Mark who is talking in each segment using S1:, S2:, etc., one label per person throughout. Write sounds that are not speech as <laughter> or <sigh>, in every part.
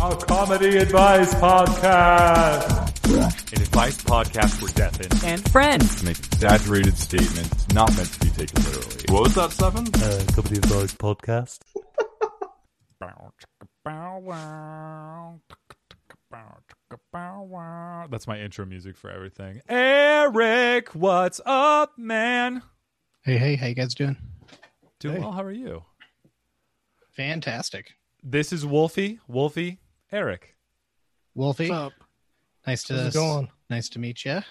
S1: A comedy advice podcast.
S2: An advice podcast for deaf and
S3: and friends.
S2: an exaggerated statement not meant to be taken literally. What was that, Seven?
S1: A comedy advice podcast. That's my intro music for everything. Eric, what's up, man?
S4: Hey, hey, how you guys doing?
S1: Doing
S4: Hey.
S1: well. How are you?
S4: Fantastic.
S1: This is Wolfie. Wolfie, Eric.
S4: Wolfie,
S5: What's up?
S4: nice to
S5: How's it going?
S4: nice to meet you.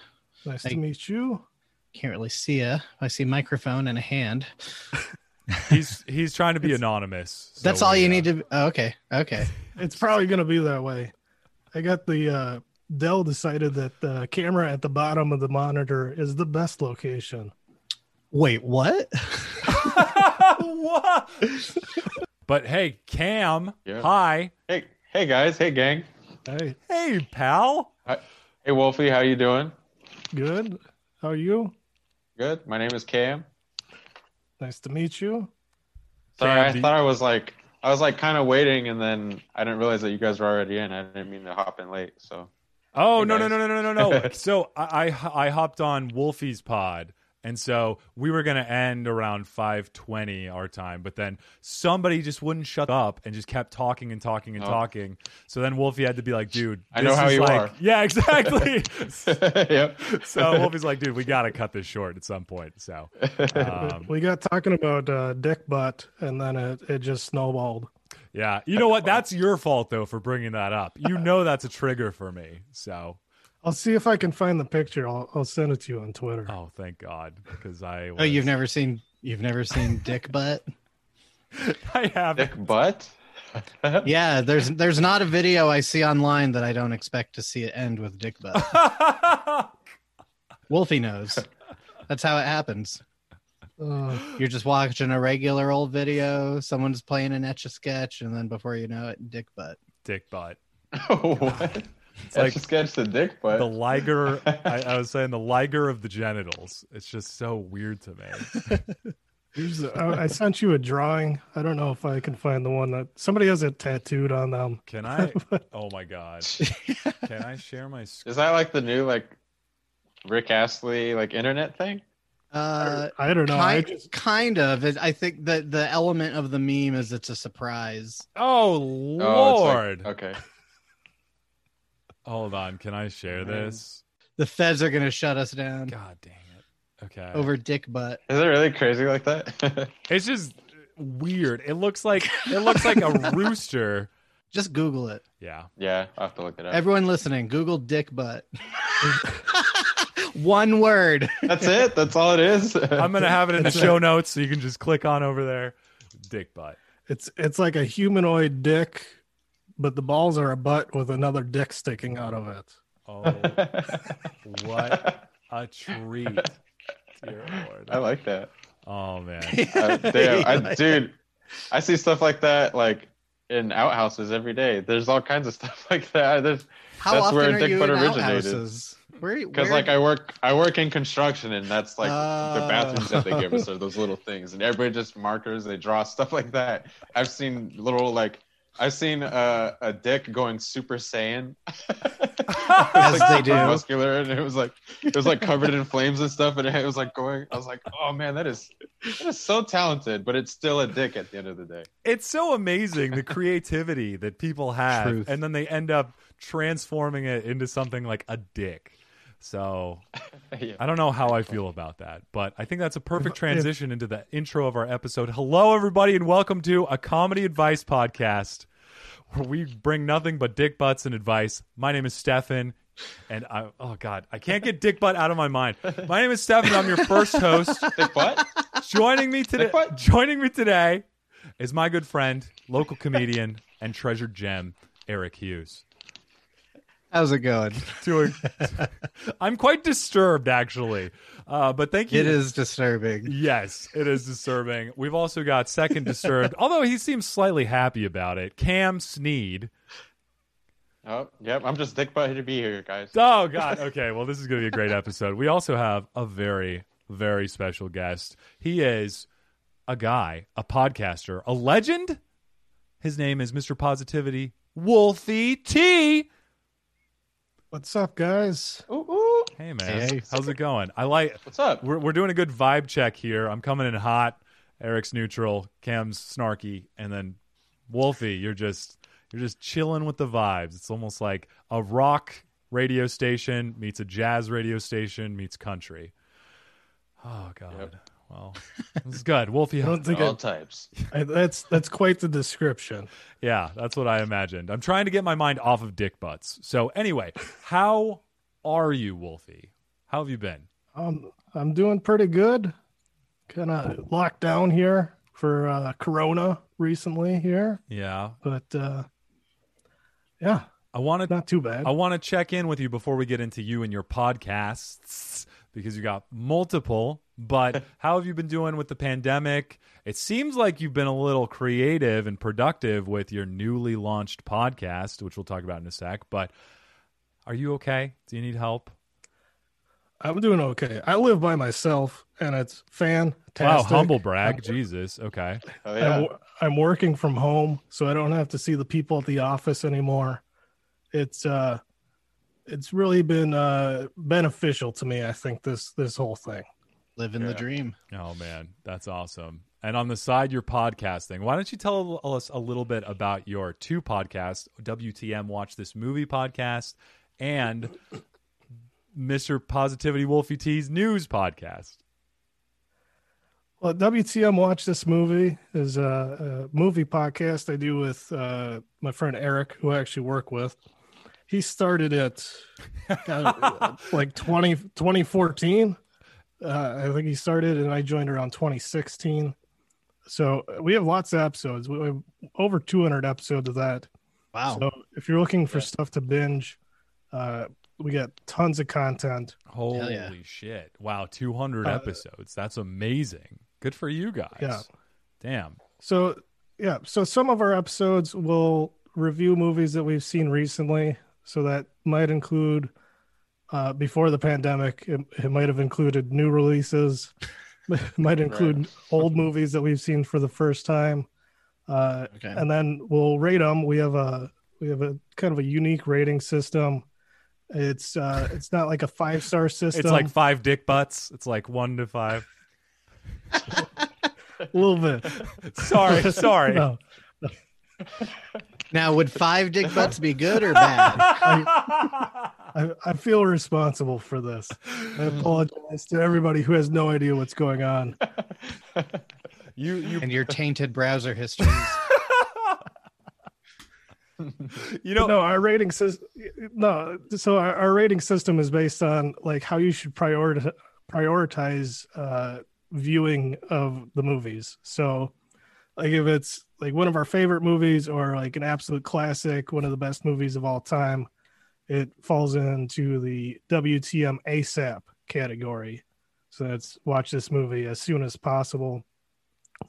S5: Nice
S4: Hey.
S5: to meet you.
S4: Can't really see you. I see microphone and a hand.
S1: He's he's trying to be anonymous. so
S4: That's all
S1: we,
S4: you
S1: uh,
S4: need to. Oh, okay, okay.
S5: It's probably gonna be that way. I got the uh Dell decided that the camera at the bottom of the monitor is the best location.
S4: Wait, what?
S1: What? but hey, Cam.
S6: Yeah.
S1: Hi.
S6: Hey, hey guys, hey gang,
S5: Hey,
S1: Hey, pal.
S6: hey Wolfie, how you doing?
S5: good. How are you?
S6: Good. My name is Cam.
S5: Nice to meet you.
S6: Sorry,
S1: Cam,
S6: I
S1: do you-
S6: thought I was like, I was like kind of waiting, and then I didn't realize that you guys were already in. I didn't mean to hop in late. So <laughs>
S1: Oh
S6: Hey,
S1: no no
S6: guys.
S1: no no no no no! so I, I I hopped on Wolfie's pod, and so we were gonna end around five twenty our time, but then somebody just wouldn't shut up and just kept talking and talking and
S6: Oh.
S1: talking. So then Wolfie had to be like, "Dude,
S6: I know
S1: this
S6: how
S1: is
S6: you
S1: like-
S6: are.
S1: Yeah, exactly. <laughs>
S6: yep.
S1: so Wolfie's like, "Dude, we gotta cut this short at some point." So um,
S5: we got talking about uh Dickbutt, and then it, it just snowballed.
S1: yeah, you know what? That's your fault though for bringing that up. You know that's a trigger for me. So
S5: I'll see if I can find the picture. I'll, I'll send it to you on Twitter.
S1: oh, thank God because I was,
S4: Oh, you've never seen you've never seen Dick Butt?
S1: <laughs> I have
S6: Dick butt. <laughs>
S4: Yeah, there's there's not a video I see online that I don't expect to see it end with Dick Butt.
S1: <laughs>
S4: Wolfie knows. That's how it happens.
S5: Uh,
S4: You're just watching a regular old video. Someone's playing an etch a sketch, and then before you know it, Dick Butt.
S1: dick butt.
S6: what? It's
S1: like-
S6: like sketch the dick butt.
S1: the liger I, I was saying the liger of the genitals it's just so weird to me
S5: here's the- I, I sent you a drawing. I don't know if I can find the one that somebody has it tattooed on them.
S1: <laughs> can i oh my god can i share my screen
S6: Is that like the new like Rick Astley like internet thing?
S4: Uh,
S5: I don't know. I
S4: kind,
S5: just
S4: kind of. It, I think that the element of the meme is it's a surprise.
S1: oh
S6: Oh, it's
S1: lord
S6: like- okay.
S1: hold on can i share this
S4: The feds are gonna shut us down
S1: god dang it okay
S4: over dick butt.
S6: Is it really crazy like that? <laughs>
S1: it's just weird it looks like it looks like a
S6: <laughs>
S1: rooster
S4: Just Google it.
S1: yeah
S6: yeah, I will have to look it up.
S4: Everyone listening, Google dick
S6: <laughs>
S4: butt. <laughs> One word.
S6: That's it. That's all it is.
S1: i'm
S6: <laughs>
S1: gonna have it in the show notes so you can just click on over there dick butt
S5: It's it's like a humanoid dick, but the balls are a butt with another dick sticking out of it.
S6: <laughs>
S1: oh what a treat dear
S6: I
S1: lord
S6: like that.
S1: oh man
S6: Uh, damn,
S4: <laughs>
S6: I, dude, I see stuff like that like in outhouses every day. There's all kinds of stuff <laughs> like that. There's
S4: How
S6: That's
S4: often
S6: where
S4: are
S6: dick
S4: you
S6: butt
S4: in
S6: originated.
S4: outhouses? Where,
S6: because
S4: where-
S6: like I work, I work in construction, and that's like the
S4: Ah.
S6: bathrooms that they
S4: <laughs>
S6: give us are those little things, and everybody just markers. They draw stuff like that. I've seen little like. I've seen uh, a dick going Super Saiyan. <laughs>
S4: As they
S6: super
S4: do.
S6: Muscular, and it was like it was like covered in flames and stuff, and it was like going. I was like, oh man, that is that is so talented, but it's still a dick at the end of the day.
S1: it's so amazing the creativity that people have
S4: Truth.
S1: and then they end up transforming it into something like a dick so
S6: Yeah.
S1: i don't know how i feel about that but i think that's a perfect transition into the intro of our episode hello everybody and welcome to a comedy advice podcast where we bring nothing but dick butts and advice my name is stefan and i oh god i can't get dick butt out of my mind my name is stefan i'm your first host
S6: Dick butt?
S1: joining me today
S6: Like what?
S1: joining me today is my good friend local comedian and treasured gem eric hughes
S4: how's it going?
S1: doing
S4: <laughs>
S1: i'm quite disturbed actually uh, but thank you
S4: It is disturbing.
S1: yes it is disturbing we've also got second disturbed although he seems slightly happy about it cam sneed
S6: Oh, yep. I'm just dick butt to be here, guys.
S1: Oh God. Okay. Well, this is going to be a great episode. We also have a very, very special guest. He is a guy, a podcaster, a legend. His name is Mr. Positivity Wolfie T.
S5: What's up, guys?
S7: Ooh, ooh.
S1: Hey man,
S4: Hey.
S1: how's it going? I like
S7: What's up?
S1: we're we're doing a good vibe check here. I'm coming in hot. Eric's neutral, Cam's snarky, and then Wolfie, you're just you're just chilling with the vibes. It's almost like a rock radio station meets a jazz radio station meets country. Oh god. Well, this is good. Wolfie,
S5: I <laughs> don't think
S7: All
S5: I,
S7: types.
S5: I, that's that's quite the description.
S1: Yeah, that's what I imagined. I'm trying to get my mind off of dick butts. So anyway, how are you, Wolfie? How have you been?
S5: Um, I'm doing pretty good. Kind of locked down here for uh, Corona recently here,
S1: Yeah,
S5: but uh, yeah,
S1: I want to
S5: not too bad.
S1: I want to check in with you before we get into you and your podcasts because you got multiple. But how have you been doing with the pandemic? It seems like you've been a little creative and productive with your newly launched podcast, which we'll talk about in a sec. But are you okay? Do you need help?
S5: I'm doing okay. I live by myself, and it's fantastic.
S1: Wow, humble brag. Jesus. Okay.
S7: Oh,
S5: I'm,
S7: yeah.
S5: wo- I'm working from home, so I don't have to see the people at the office anymore. It's uh, it's really been uh beneficial to me. I think this this whole thing.
S4: Living the
S7: Yeah.
S4: dream.
S1: Oh man, that's awesome. And on the side, your podcasting. Why don't you tell us a little bit about your two podcasts, WTM Watch This Movie podcast and Mr. Positivity Wolfie T's news podcast.
S5: Well, WTM Watch This Movie is a, a movie podcast I do with uh, my friend Eric, who I actually work with. He started it uh, like 20, 2014. Uh, I think he started, and I joined around 2016. So uh, we have lots of episodes. We have over 200 episodes of that.
S4: Wow.
S5: So if you're looking for
S7: Yeah.
S5: stuff to binge, uh, we got tons of content.
S1: Holy
S4: yeah.
S1: shit. Wow, 200
S5: Uh,
S1: episodes. That's amazing. Good for you guys.
S5: Yeah.
S1: Damn.
S5: So yeah, so some of our episodes will review movies that we've seen recently. So that might include uh, before the pandemic. It, it might have included new releases. <laughs> It might include old movies that we've seen for the first time. Uh,
S4: okay.
S5: and then we'll rate them. We have a we have a kind of a unique rating system. It's uh, it's not like a five star system.
S1: It's like five dick butts. It's like one to
S5: <laughs>
S1: five.
S5: a
S1: <laughs>
S5: little bit.
S1: Sorry, sorry.
S5: <laughs>
S1: <laughs>
S5: No.
S4: Now, would five
S6: <laughs>
S4: dick butts be good or bad?
S5: I, I feel responsible for this. I apologize to everybody who has no idea what's going on.
S1: you you
S4: and your tainted browser histories.
S1: you
S5: No,
S1: know
S5: our rating system. No, so our, our rating system is based on like how you should prioritize prioritize uh, viewing of the movies. So, like if it's like one of our favorite movies or like an absolute classic, one of the best movies of all time, it falls into the WTM ASAP category. So that's watch this movie as soon as possible.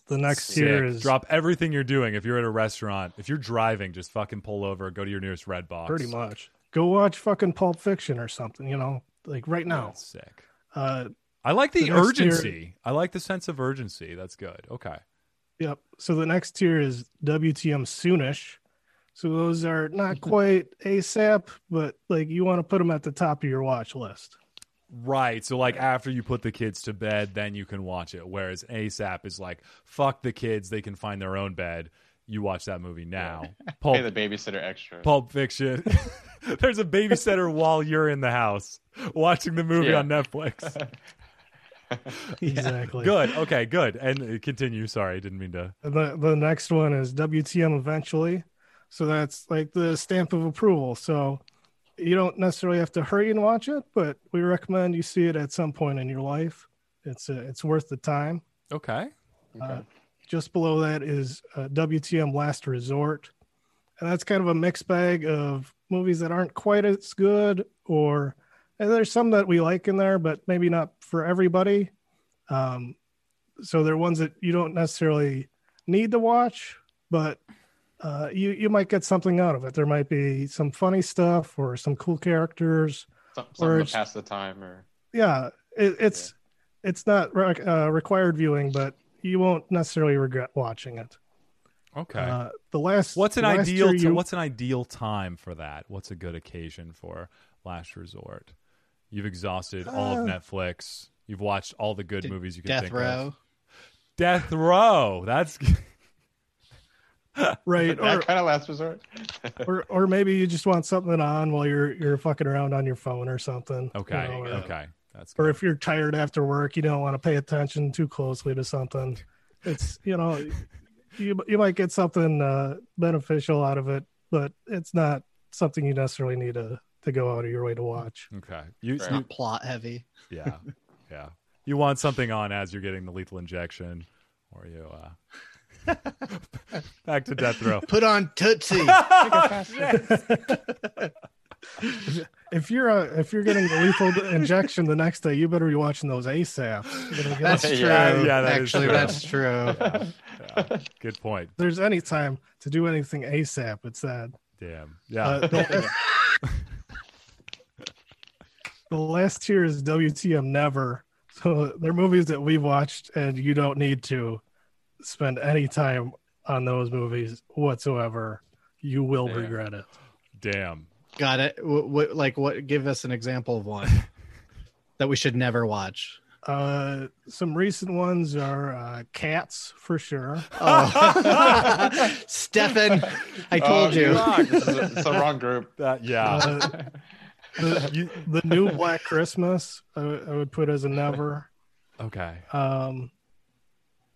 S5: The next tier
S1: Sick.
S5: is
S1: drop everything you're doing. If you're at a restaurant, if you're driving, just fucking pull over, go to your nearest red box.
S5: pretty much go watch fucking Pulp Fiction or something. You know, like right now.
S1: That's sick.
S5: Uh,
S1: I like the,
S5: The next tier-
S1: urgency. I like the sense of urgency. That's good. Okay.
S5: Yep. So the next tier is WTM soonish. So those are not quite ASAP, but like you want to put them at the top of your watch list.
S1: Right. So like after you put the kids to bed, then you can watch it. Whereas ASAP is like, fuck the kids, they can find their own bed. You watch that
S7: <laughs>
S1: movie now. Pulp,
S7: Pay the babysitter extra.
S1: Pulp Fiction. <laughs> There's a babysitter while you're in the house watching the movie
S7: Yeah.
S1: on Netflix.
S7: <laughs>
S5: Exactly.
S1: good. Okay, good. And uh, continue. Sorry, didn't mean to
S5: And the the next one is WTM eventually. So that's like the stamp of approval. So you don't necessarily have to hurry and watch it, but we recommend you see it at some point in your life. It's uh it's worth the time.
S1: Okay.
S5: Uh, just below that is uh, WTM Last Resort. And that's kind of a mixed bag of movies that aren't quite as good, or and there's some that we like in there, but maybe not for everybody. Um, so they're ones that you don't necessarily need to watch, but uh, you you might get something out of it. There might be some funny stuff or some cool characters.
S7: Some,
S5: or
S7: something
S5: it's-
S7: to pass the time, or
S5: Yeah, it, it's it's not re- uh, required viewing, but you won't necessarily regret watching it.
S1: Okay.
S5: Uh, the last
S1: what's an
S5: last
S1: ideal?
S5: year
S1: ti-
S5: you-
S1: what's an ideal time for that? What's a good occasion for last resort? You've exhausted all of
S5: Uh,
S1: Netflix. You've watched all the good
S4: d-
S1: movies you can
S4: Death
S1: think
S4: Row.
S1: of. Death Row. That's
S5: <laughs> <laughs>
S1: <laughs>
S5: right?
S7: that
S5: Or,
S7: kind of last resort.
S5: or or maybe you just want something on while you're you're fucking around on your phone or something. you
S1: okay.
S5: know, or,
S1: okay. That's
S5: Oh, or
S1: good.
S5: if you're tired after work, you don't want to pay attention too closely to something. It's you know, you you might get something uh, beneficial out of it, but it's not something you necessarily need to to go out of your way to watch.
S1: okay. You,
S7: Fair.
S1: you-
S4: Not plot heavy.
S5: <laughs>
S1: yeah, yeah. You want something on as you're getting the lethal injection, or you uh, <laughs> back to Death Row.
S4: Put on Tootsie.
S5: If you're uh, if you're getting
S1: <laughs>
S5: the lethal injection the next day, you better be watching those ASAP.
S1: <laughs>
S5: You're gonna get-
S4: That's
S7: Yeah,
S4: true.
S1: yeah, that is
S4: Actually,
S1: true.
S4: that's true.
S1: Yeah,
S5: <laughs>
S1: yeah. Good point.
S5: if there's any time to do anything ASAP, it's that.
S1: Damn. Yeah.
S5: Uh, the, <laughs> the last tier is WTM never. So they're movies that we've watched, and you don't need to spend any time on those movies whatsoever. You will
S7: Yeah.
S5: regret it.
S1: Damn.
S4: Got it. W- w- like, what? Give us an example of one that we should never watch.
S5: Uh, some recent ones are uh, Cats for sure.
S4: Oh, <laughs> Stefan, I
S7: Oh,
S4: told you.
S7: rock. This is a- it's the wrong group.
S1: That. Yeah.
S5: Uh, the, the new Black Christmas, I would- I would put as a never. uh,
S1: Okay.
S5: um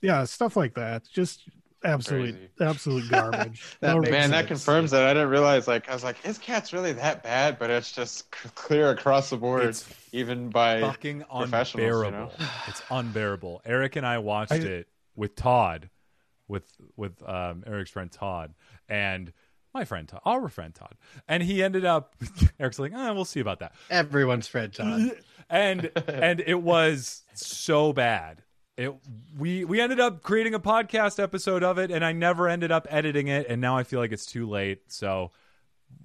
S5: yeah stuff like that just absolute
S7: Crazy.
S5: absolute garbage
S4: <laughs> That
S5: No
S4: makes
S5: reason.
S7: Man, that
S4: sense.
S7: confirms that. I didn't realize. Like, I was like, "His cat's really that bad?" But it's just c- clear across the board,
S1: It's
S7: even by
S1: fucking
S7: professionals, you
S1: unbearable.
S7: <sighs> know?
S1: It's unbearable. Eric and I watched
S5: I-
S1: it with Todd, with with um, Eric's friend Todd, and my friend Todd, our friend Todd, and he ended up. <laughs> Eric's like, ah, we'll see about that.
S4: Everyone's Fred
S1: Uh,
S4: Todd.
S1: and and it was so bad. It we we ended up creating a podcast episode of it, and I never ended up editing it, and now I feel like it's too late. So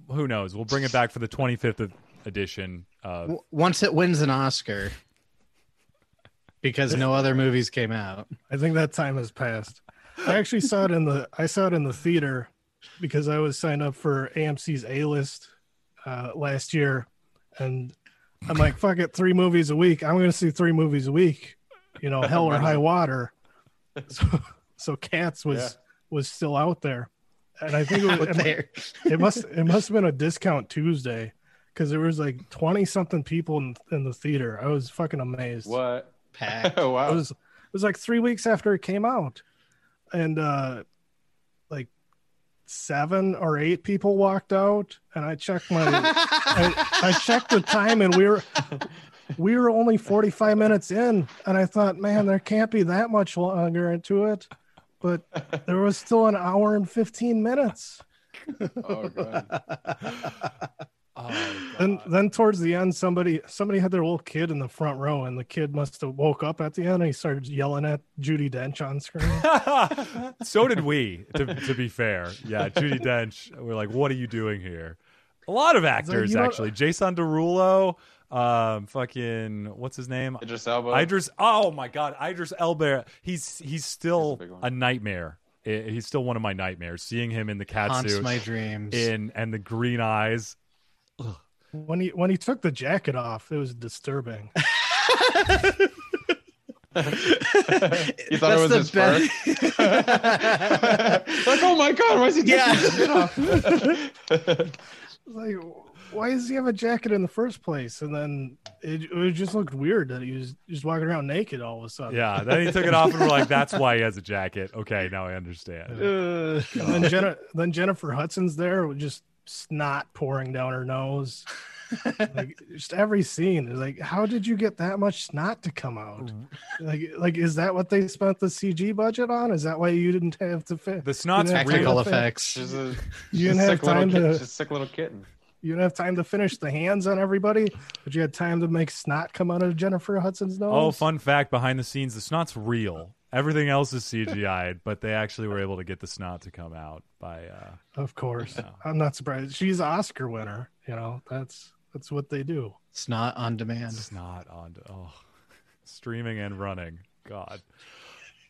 S1: who knows? We'll bring it back for the 25th edition. Of,
S4: W- Once it wins an Oscar, because no other movies came out.
S5: i think that time has passed i actually saw it in the i saw it in the theater because i was signed up for amc's a list uh last year and i'm like fuck it three movies a week i'm gonna see three movies a week you know hell or
S4: <laughs>
S5: high water so so cats was
S7: Yeah.
S5: was still out there and i think
S4: <laughs>
S5: it was,
S4: Out there.
S5: it must it must have been a discount Tuesday because there was like twenty something people in, in the theater. I was fucking amazed.
S7: What? <laughs>
S4: Packed.
S7: Oh,
S5: It
S7: wow.
S5: was it was like three weeks after it came out, and uh like seven or eight people walked out, and I checked my I, I checked the time, and we were we were only forty five minutes in, and I thought, man, there can't be that much longer into it. But there was still an hour and fifteen minutes.
S7: oh god.
S1: oh,
S5: Then, then towards the end, somebody somebody had their little kid in the front row, and the kid must have woke up at the end and he started yelling at Judy Dench on screen.
S1: God. <laughs> so did we. To, to be fair, yeah, Judy Dench. We're like, what are you doing here? A lot of actors
S5: you know-
S1: actually. Jason Derulo, um, fucking what's his name?
S7: Idris Elba.
S1: Idris. Oh my God, Idris Elba. He's he's still
S7: He's a big one.
S1: a, nightmare. I- He's still one of my nightmares. Seeing him in the cat
S4: <laughs> Haunts
S1: suit
S4: my dreams. <laughs>
S1: in <laughs> and the green eyes.
S5: when he when he took the jacket off, it was disturbing.
S7: <laughs> you thought it was his first. <laughs> like, oh my god, why is he taking
S4: Yeah.
S7: his shit
S6: <laughs>
S7: off?
S5: Like, why does he have a jacket in the first place? And then it, it just looked weird that he was just walking around naked all of a sudden.
S1: Yeah. Then he took it off and we're like, that's why he has a jacket. Okay, now I understand.
S5: And
S1: <laughs>
S5: then Jenna, then Jennifer Hudson's there with just snot pouring down her nose. like <laughs> just every scene is like, how did you get that much snot to
S1: <laughs>
S5: come out? Like, like is that what they spent the CG budget on? Is that why you didn't have to fit?
S1: The snot's
S5: You didn't have to
S4: Technical
S5: fit-
S4: effects.
S7: She's a,
S5: You
S7: she's
S5: didn't
S7: a
S5: have
S7: sick little
S5: time
S7: kid.
S5: to.
S7: She's a sick little kitten.
S5: You didn't have time to finish the hands on everybody, but you had time to make snot come out of Jennifer Hudson's nose.
S1: Oh, fun fact behind the scenes, the snot's real. Everything else is CGI'd, but they actually were able to get the snot to come out by uh
S5: Of course, I'm not surprised. She's an Oscar winner. You know that's that's what they do.
S4: It's not on demand.
S1: snot <laughs> on oh streaming and running. God.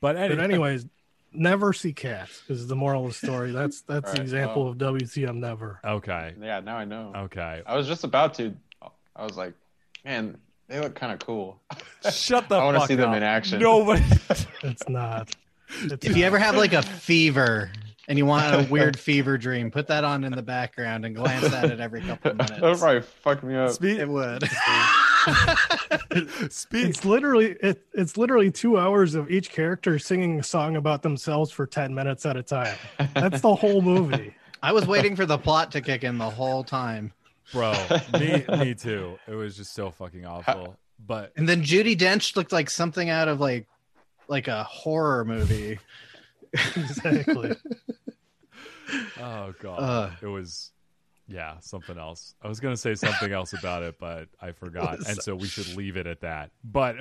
S1: But anyway,
S5: But anyways, never see cats is the moral of the story. That's that's
S6: Right,
S5: the example
S6: well-
S5: of WTM never.
S1: Okay.
S6: Yeah, now I know.
S1: Okay.
S6: <laughs> I was just about to. I was like, man, they look kind of cool.
S1: Shut the
S6: I
S1: fuck
S6: want to see them
S1: up.
S6: in action.
S1: Nobody. <laughs>
S5: It's not. It's
S4: If you ever have like a fever and you want
S6: <laughs>
S4: a weird fever dream, put that on in the background and glance at it every couple
S6: <laughs>
S4: of
S6: that
S4: minutes.
S6: would probably fuck me up.
S1: Speak.
S4: It would.
S1: Speak.
S5: it's literally it, it's literally two hours of each character singing a song about themselves for ten minutes at a time. That's the whole movie.
S4: I was waiting for the plot to kick in the whole time.
S1: bro me
S6: <laughs>
S1: me too it was just so fucking awful but
S4: And then Judy Dench looked like something out of like like a horror movie.
S5: exactly.
S1: oh god
S4: Ugh.
S1: it was yeah something else i was gonna say something else about it but i forgot and so we should leave it at that but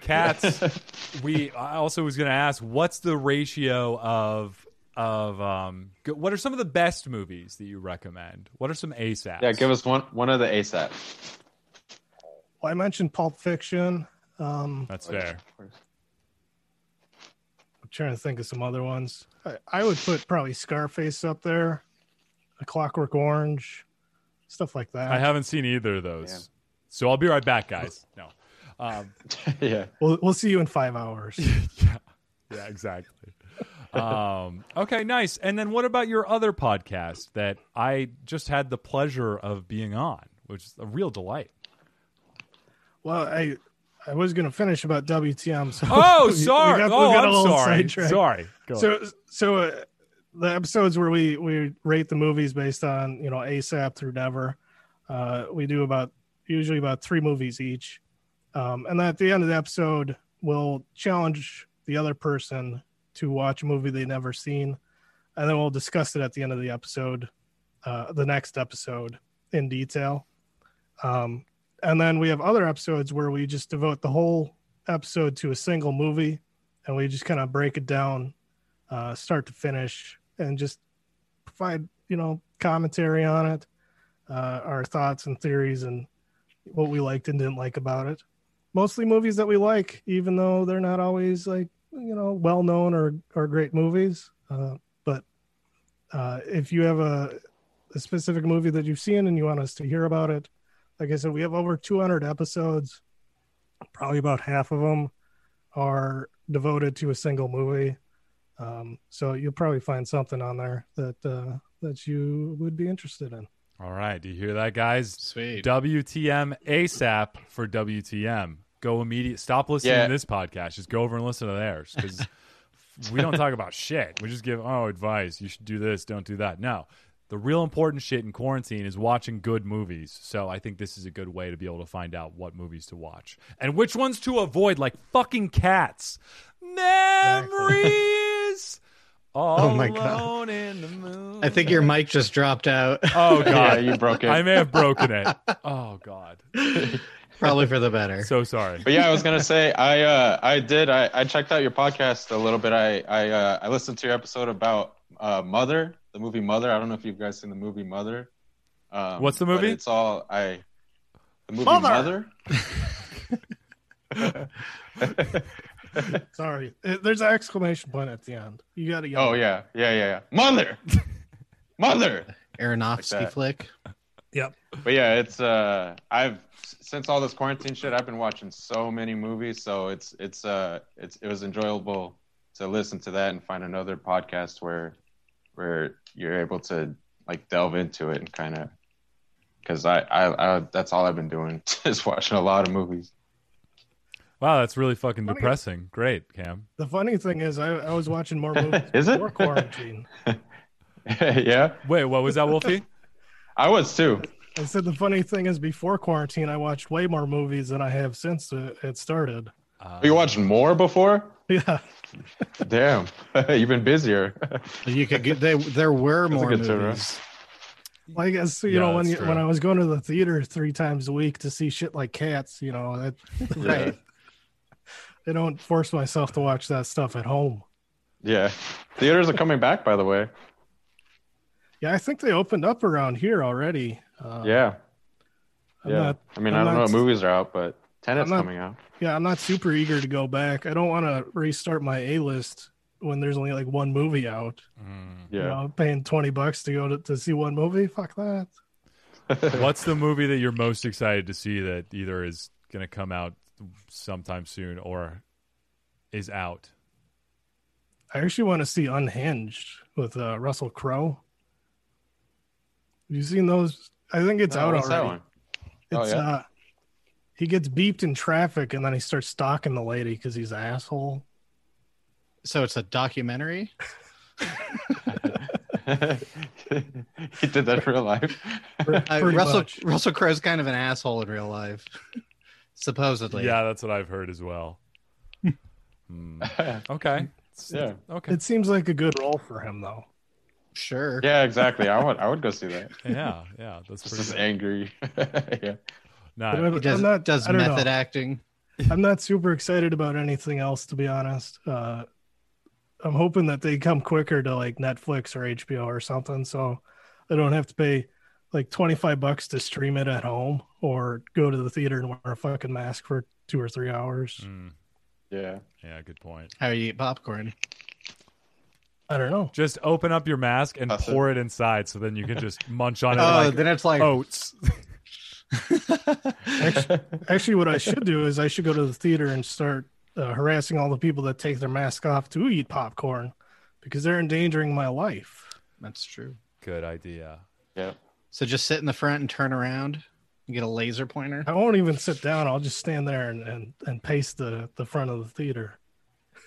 S1: cats
S6: <laughs>
S1: we i also was gonna ask what's the ratio of of um g- what are some of the best movies that you recommend what are some asaps
S6: yeah, give us one one of the ASAP.
S5: Well, I mentioned Pulp Fiction. Um,
S1: that's fair
S5: I'm trying to think of some other ones. I, I would put probably Scarface up there, A Clockwork Orange, stuff like that.
S1: i haven't seen either of those so i'll be right back guys no um
S6: <laughs> yeah.
S5: we'll, we'll see you in five hours.
S1: yeah, yeah, exactly. um, okay, nice. And then what about your other podcast that I just had the pleasure of being on, which is a real delight?
S5: well, I I was gonna finish about WTM. So
S1: Oh,
S5: <laughs> <laughs> we- we
S1: sorry.
S5: got- we
S1: oh,
S5: got a
S1: I'm
S5: little
S1: sorry.
S5: sidetracked.
S1: Sorry. Go on.
S5: So so uh, the episodes where we we rate the movies based on you know ASAP through never, uh, we do about usually about three movies each, um, and then at the end of the episode we'll challenge the other person to watch a movie they've never seen, and then we'll discuss it at the end of the episode, uh, the next episode in detail, um, and then we have other episodes where we just devote the whole episode to a single movie, and we just kind of break it down uh, start to finish and just provide you know commentary on it uh, our thoughts and theories and what we liked and didn't like about it mostly movies that we like even though they're not always like you know well known or or great movies uh, but uh, if you have a, a specific movie that you've seen and you want us to hear about it like i said we have over 200 episodes probably about half of them are devoted to a single movie um, so you'll probably find something on there that uh, that you would be interested in.
S1: All right. Do you hear that, guys?
S4: Sweet.
S1: WTM ASAP for WTM. Go immediate. Stop listening
S6: Yeah.
S1: to this podcast. Just go over and listen to theirs because <laughs> we don't talk about shit. We just give oh advice. You should do this. Don't do that. No, the real important shit in quarantine is watching good movies. So I think this is a good way to be able to find out what movies to watch and which ones to avoid, like fucking cats. Memories. All
S4: <laughs> Oh my God.
S1: alone in the moon.
S4: I think your mic just dropped out, <laughs>
S1: Oh
S6: Yeah,
S1: god.
S6: you broke it.
S1: I may have broken it. Oh god.
S4: probably for the <laughs>
S6: <laughs>
S4: better.
S1: So sorry.
S6: but yeah, I was gonna say I uh, I did I, I checked out your podcast a little bit. I I uh, I listened to your episode about uh, Mother, the movie Mother. I don't know if you've guys seen the movie Mother. Um,
S1: What's the
S6: but
S1: movie?
S6: It's all I. The movie
S5: Mother!
S6: Mother.
S5: Sorry, Uh, there's an exclamation point at the end. You got to yell.
S6: oh yeah, yeah, yeah, yeah. Mother, Mother.
S4: Aronofsky
S6: Like that.
S4: flick.
S6: But yeah, it's uh, I've since all this quarantine shit, I've been watching so many movies, so it's it's uh, it's it was enjoyable to listen to that and find another podcast where where you're able to like delve into it and kind of because I, I I that's all I've been doing <laughs> is watching a lot of movies. <laughs>
S1: Wow, that's really fucking depressing. Great, Cam.
S5: The funny thing is, I, I was watching
S6: <laughs>
S5: more movies
S6: Is it?
S5: before quarantine.
S6: yeah,
S1: Wait, what was
S7: <laughs>
S1: that, Wolfie?
S6: I was too.
S5: I said the funny thing is before quarantine, I watched way more movies than I have since it, it started. <laughs>
S1: Uh,
S6: You watched more before?
S5: Yeah,
S6: Damn, <laughs> you've been busier. <laughs>
S4: You could get they, there were
S6: That's a
S4: more
S6: good turnaround.
S4: movies.
S5: Well, I guess you
S1: Yeah,
S5: know when
S1: that's
S5: you,
S1: true.
S5: when I was going to the theater three times a week to see shit like Cats, you know, that,
S4: Right.
S5: I don't force myself to watch that stuff at home.
S6: Yeah, theaters are coming back, by the way.
S5: Yeah, I think they opened up around here already. Uh,
S6: Yeah.
S5: I'm
S6: yeah.
S5: not-
S6: I mean,
S5: I'm
S6: I don't know
S5: not-
S6: what movies are out, but Tenet's
S5: I'm not-
S6: coming out.
S5: yeah, I'm not super eager to go back. I don't want to restart my A list when there's only like one movie out.
S1: Mm.
S5: You
S7: Yeah.
S5: know, paying twenty bucks to go to, to see one movie. Fuck that.
S1: What's the movie that you're most excited to see that either is going to come out sometime soon or is out?
S5: I actually want to see Unhinged with uh, Russell Crowe. Have you seen those? I think it's
S7: Oh,
S5: out
S7: what's that
S5: already.
S7: one? Oh,
S5: It's
S7: yeah?
S5: uh he gets beeped in traffic and then he starts stalking the lady because he's an asshole.
S4: So it's a documentary.
S7: <laughs> he did that in real
S5: <laughs>
S7: life.
S4: Uh,
S5: Pretty
S4: Russell
S5: much.
S4: Russell Crowe's kind of an asshole in real life, <laughs> supposedly.
S1: Yeah, that's what I've heard as well. Hmm. Okay.
S7: yeah.
S1: Okay.
S5: It seems like a good role for him though.
S4: sure.
S7: Yeah, exactly. I would I would go see that.
S1: Yeah. Yeah. That's
S7: Just as
S1: pretty.
S7: angry. <laughs> yeah.
S1: Nah,
S5: But
S4: He does
S5: I'm not,
S4: does
S5: I don't
S4: method
S5: know.
S4: acting.
S5: I'm not super excited about anything else to be honest. Uh, I'm hoping that they come quicker to like Netflix or HBO or something, so I don't have to pay like 25 bucks to stream it at home or go to the theater and wear a fucking mask for two or three hours.
S1: mm,
S7: Yeah. <laughs>
S1: yeah. Good point.
S4: How you eat popcorn?
S5: I don't know.
S1: Just open up your mask and
S7: That's it.
S1: pour it inside, so then you can just munch on it
S4: Oh,
S1: like
S4: then it's like
S1: oats. <laughs>
S5: Actually, what I should do is I should go to the theater and start uh, harassing all the people that take their mask off to eat popcorn because they're endangering my life.
S4: that's true.
S1: Good idea.
S7: Yeah. <laughs>
S4: So just sit in the front and turn around and get a laser pointer.
S5: I won't even sit down. I'll just stand there and, and, and pace the, the front of the theater.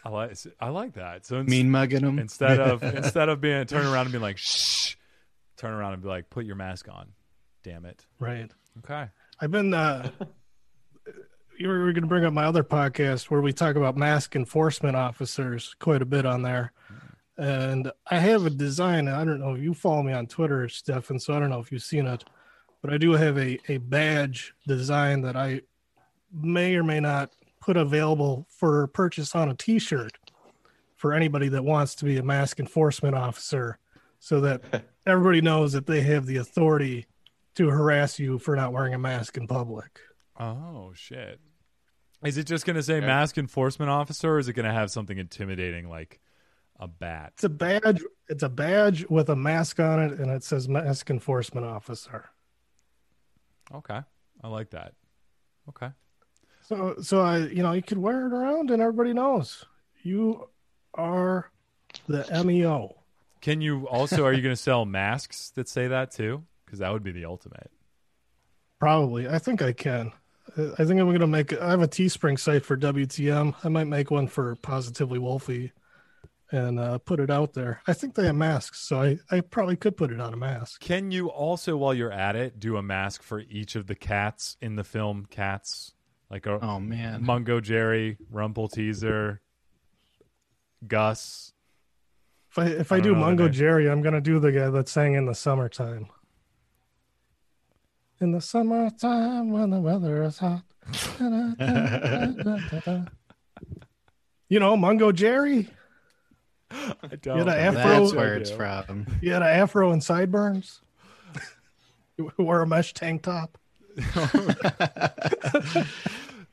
S1: I like. I like that. So ins-
S4: Mean mugging him.
S1: instead of instead of being turn around and being like shh, turn around and be like put your mask on. Damn it.
S5: Right.
S1: Okay.
S5: I've been, uh, you were going to bring up my other podcast where we talk about mask enforcement officers quite a bit on there. And I have a design. I don't know if you follow me on Twitter, Stefan, so I don't know if you've seen it, but I do have a, a badge design that I may or may not put available for purchase on a t shirt for anybody that wants to be a mask enforcement officer so that everybody knows that they have the authority to harass you for not wearing a mask in public.
S1: Oh shit. Is it just gonna say
S7: Yeah.
S1: mask enforcement officer or is it gonna have something intimidating like a bat?
S5: It's a badge. It's a badge with a mask on it, and it says mask enforcement officer.
S1: Okay. I like that. Okay.
S5: So, so I, you know, you could wear it around, and everybody knows you are the E MEO.
S1: Can you also are you gonna sell masks that say that too? Because that would be the ultimate.
S5: Probably, I think I can. I I think I'm gonna make. I have a Teespring site for WTM. I might make one for Positively Wolfie, and uh, put it out there. I think they have masks, so I, I probably could put it on a mask.
S1: Can you also, while you're at it, do a mask for each of the cats in the film Cats? Like a
S4: oh man.
S1: Mungo Jerry, Rumple Teaser, Gus.
S5: If I if
S1: I
S5: I,
S1: don't
S5: do
S1: know the
S5: Mungo
S1: name.
S5: Jerry, I'm gonna do the guy that sang in the summertime. In the summertime when the weather is hot. <laughs> Da-da-da-da-da-da. you know, Mungo Jerry.
S1: I
S5: You had an afro.
S4: that's where it's from.
S5: <laughs> You had an afro and sideburns. <laughs> You wore a mesh tank top.
S1: <laughs>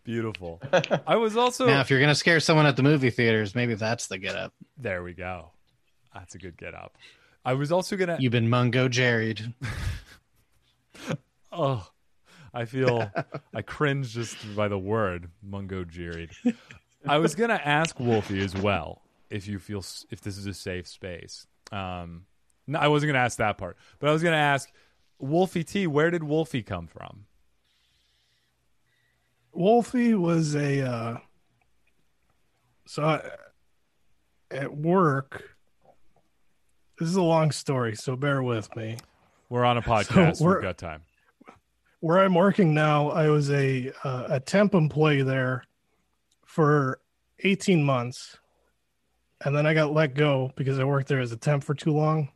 S1: Beautiful. I was also
S4: Now, if you're gonna scare someone at the movie theaters, maybe that's the getup.
S1: there. We go. That's a good get up. I was also gonna.
S4: You've been Mungo Jerried.
S1: Oh, I feel I cringe just by the word Mungo Jerry. I was gonna ask Wolfie as well if you feel s- if this is a safe space. Um, no, I wasn't gonna ask that part, but I was gonna ask Wolfie T. Where did Wolfie come from?
S5: Wolfie was a uh, so I, at work. This is a long story, so bear with me.
S1: We're on a podcast.
S5: we're-
S1: We've got time.
S5: where I'm working now, I was a uh, a temp employee there for 18 months, and then I got let go because I worked there as a temp for too long.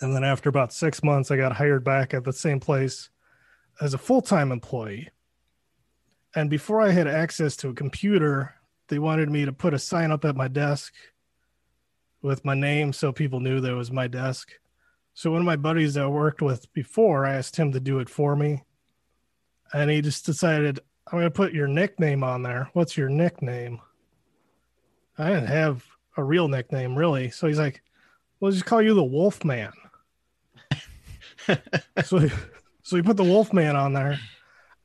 S5: And then after about six months, I got hired back at the same place as a full time employee. And before I had access to a computer, they wanted me to put a sign up at my desk with my name so people knew that it was my desk. So one of my buddies that I worked with before, I asked him to do it for me. And he just decided, I'm going to put your nickname on there. What's your nickname? I didn't have a real nickname, really. So he's like, "We'll just call you the Wolf Man." so, he- so he put the Wolf Man on there,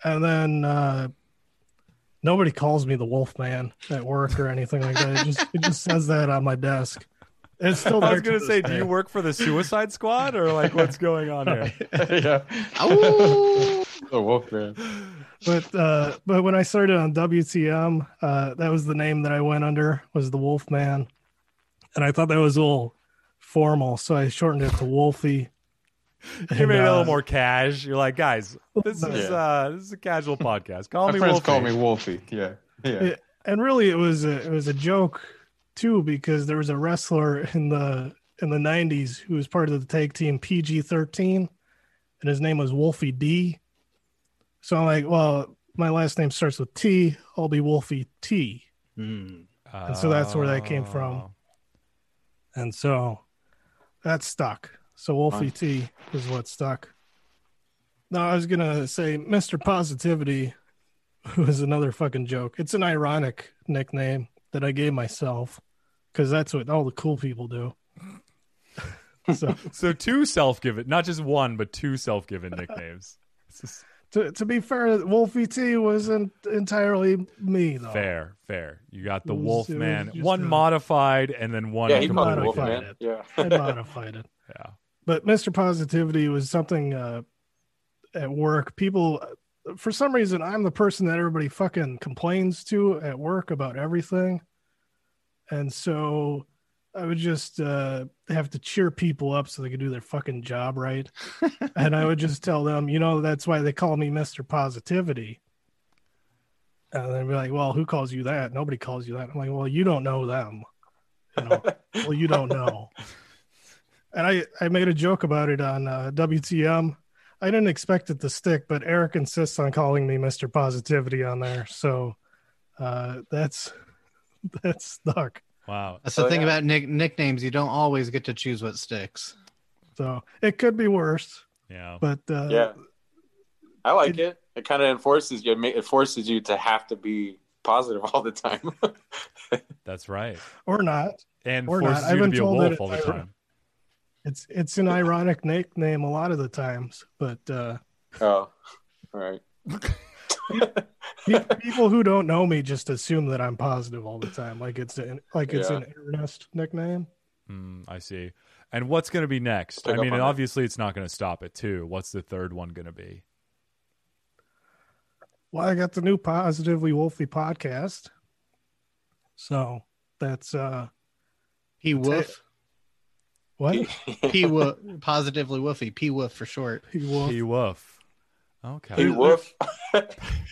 S5: and then uh, nobody calls me the Wolf Man at work or anything like that. It just it just says that on my desk. It's still.
S1: I
S5: there
S1: was gonna
S5: this
S1: say, do
S5: day.
S1: you work for the Suicide Squad or like what's going on
S5: <laughs>
S1: here?
S7: yeah. Oh,
S4: Ow!
S7: The wolf man.
S5: but uh but when i started on wtm uh that was the name that i went under was the wolf man and i thought that was a little formal so i shortened it to wolfie
S1: You made it a little
S5: uh,
S1: more cash. You're like, guys, this is
S7: Yeah.
S1: uh this is a casual podcast. Call
S7: My
S1: me
S7: friends
S1: Wolfie.
S7: call me Wolfie. Yeah. Yeah.
S5: and really it was a, it was a joke too because there was a wrestler in the in the 90s who was part of the tag team pg-13 and his name was wolfie d so i'm like well my last name starts with t i'll be wolfie t
S4: Hmm.
S1: And
S5: so that's where that came from.
S1: Oh.
S5: And so that stuck. So Wolfie
S7: Fine.
S5: T is what stuck. Now I was gonna say Mr. Positivity <laughs> was another fucking joke. It's an ironic nickname that I gave myself because that's what all the cool people do. <laughs> so
S1: So two self-given, not just one, but two self-given
S5: <laughs>
S1: nicknames. This is
S5: to, to be fair, Wolfie T wasn't entirely me though.
S1: fair, fair. You got the
S5: It was-
S1: Wolf
S5: it was
S1: Man,
S5: just
S1: one
S5: a-
S1: modified and then one
S6: yeah, he called
S1: completely.
S6: it
S5: modified
S1: given.
S6: Wolfman.
S5: it.
S6: Yeah.
S5: I modified it.
S1: Yeah.
S5: but Mr. Positivity was something uh, at work. People, for some reason, I'm the person that everybody fucking complains to at work about everything. And so I would just uh, have to cheer people up so they could do their fucking job right. and I would just tell them, you know, that's why they call me Mr. Positivity. And they'd be like, well, who calls you that? Nobody calls you that. I'm like, well, you don't know them. You know, well, you don't know. And I, I made a joke about it on uh, WTM. I didn't expect it to stick, but Eric insists on calling me Mr. Positivity on there. So uh, that's <laughs> that's stuck.
S1: Wow.
S4: That's the
S6: Oh,
S4: thing
S6: yeah.
S4: about nick- nicknames. You don't always get to choose what sticks.
S5: So it could be worse,
S1: Yeah.
S5: but uh,
S6: yeah. I like it. It kind of enforces you. It forces you to have to be positive <laughs> all the time.
S1: That's right.
S5: or not.
S1: And
S5: Or not.
S1: forces
S5: I've
S1: you to
S5: been
S1: be a
S5: told that
S1: wolf
S5: it's
S1: all the
S5: ironic.
S1: time.
S5: It's it's an ironic nickname a lot of the times, but uh,
S6: oh, all right. <laughs>
S5: pe- people who don't know me just assume that I'm positive all the time, like it's an, like it's
S6: Yeah.
S5: an earnest nickname.
S1: Mm, I see. And what's going to be next?
S6: Pick
S1: I
S6: up
S1: mean,
S6: on
S1: and
S6: that.
S1: obviously it's not going to stop at two. What's the third one going to be?
S5: Well, I got the new Positively Wolfy podcast, so that's uh
S4: P woof.
S5: what
S4: P woof.
S6: <laughs>
S4: Positively woofy. P woof for short.
S5: <laughs> He wolf.
S1: P Woof. Okay.
S6: P Wolf. <laughs>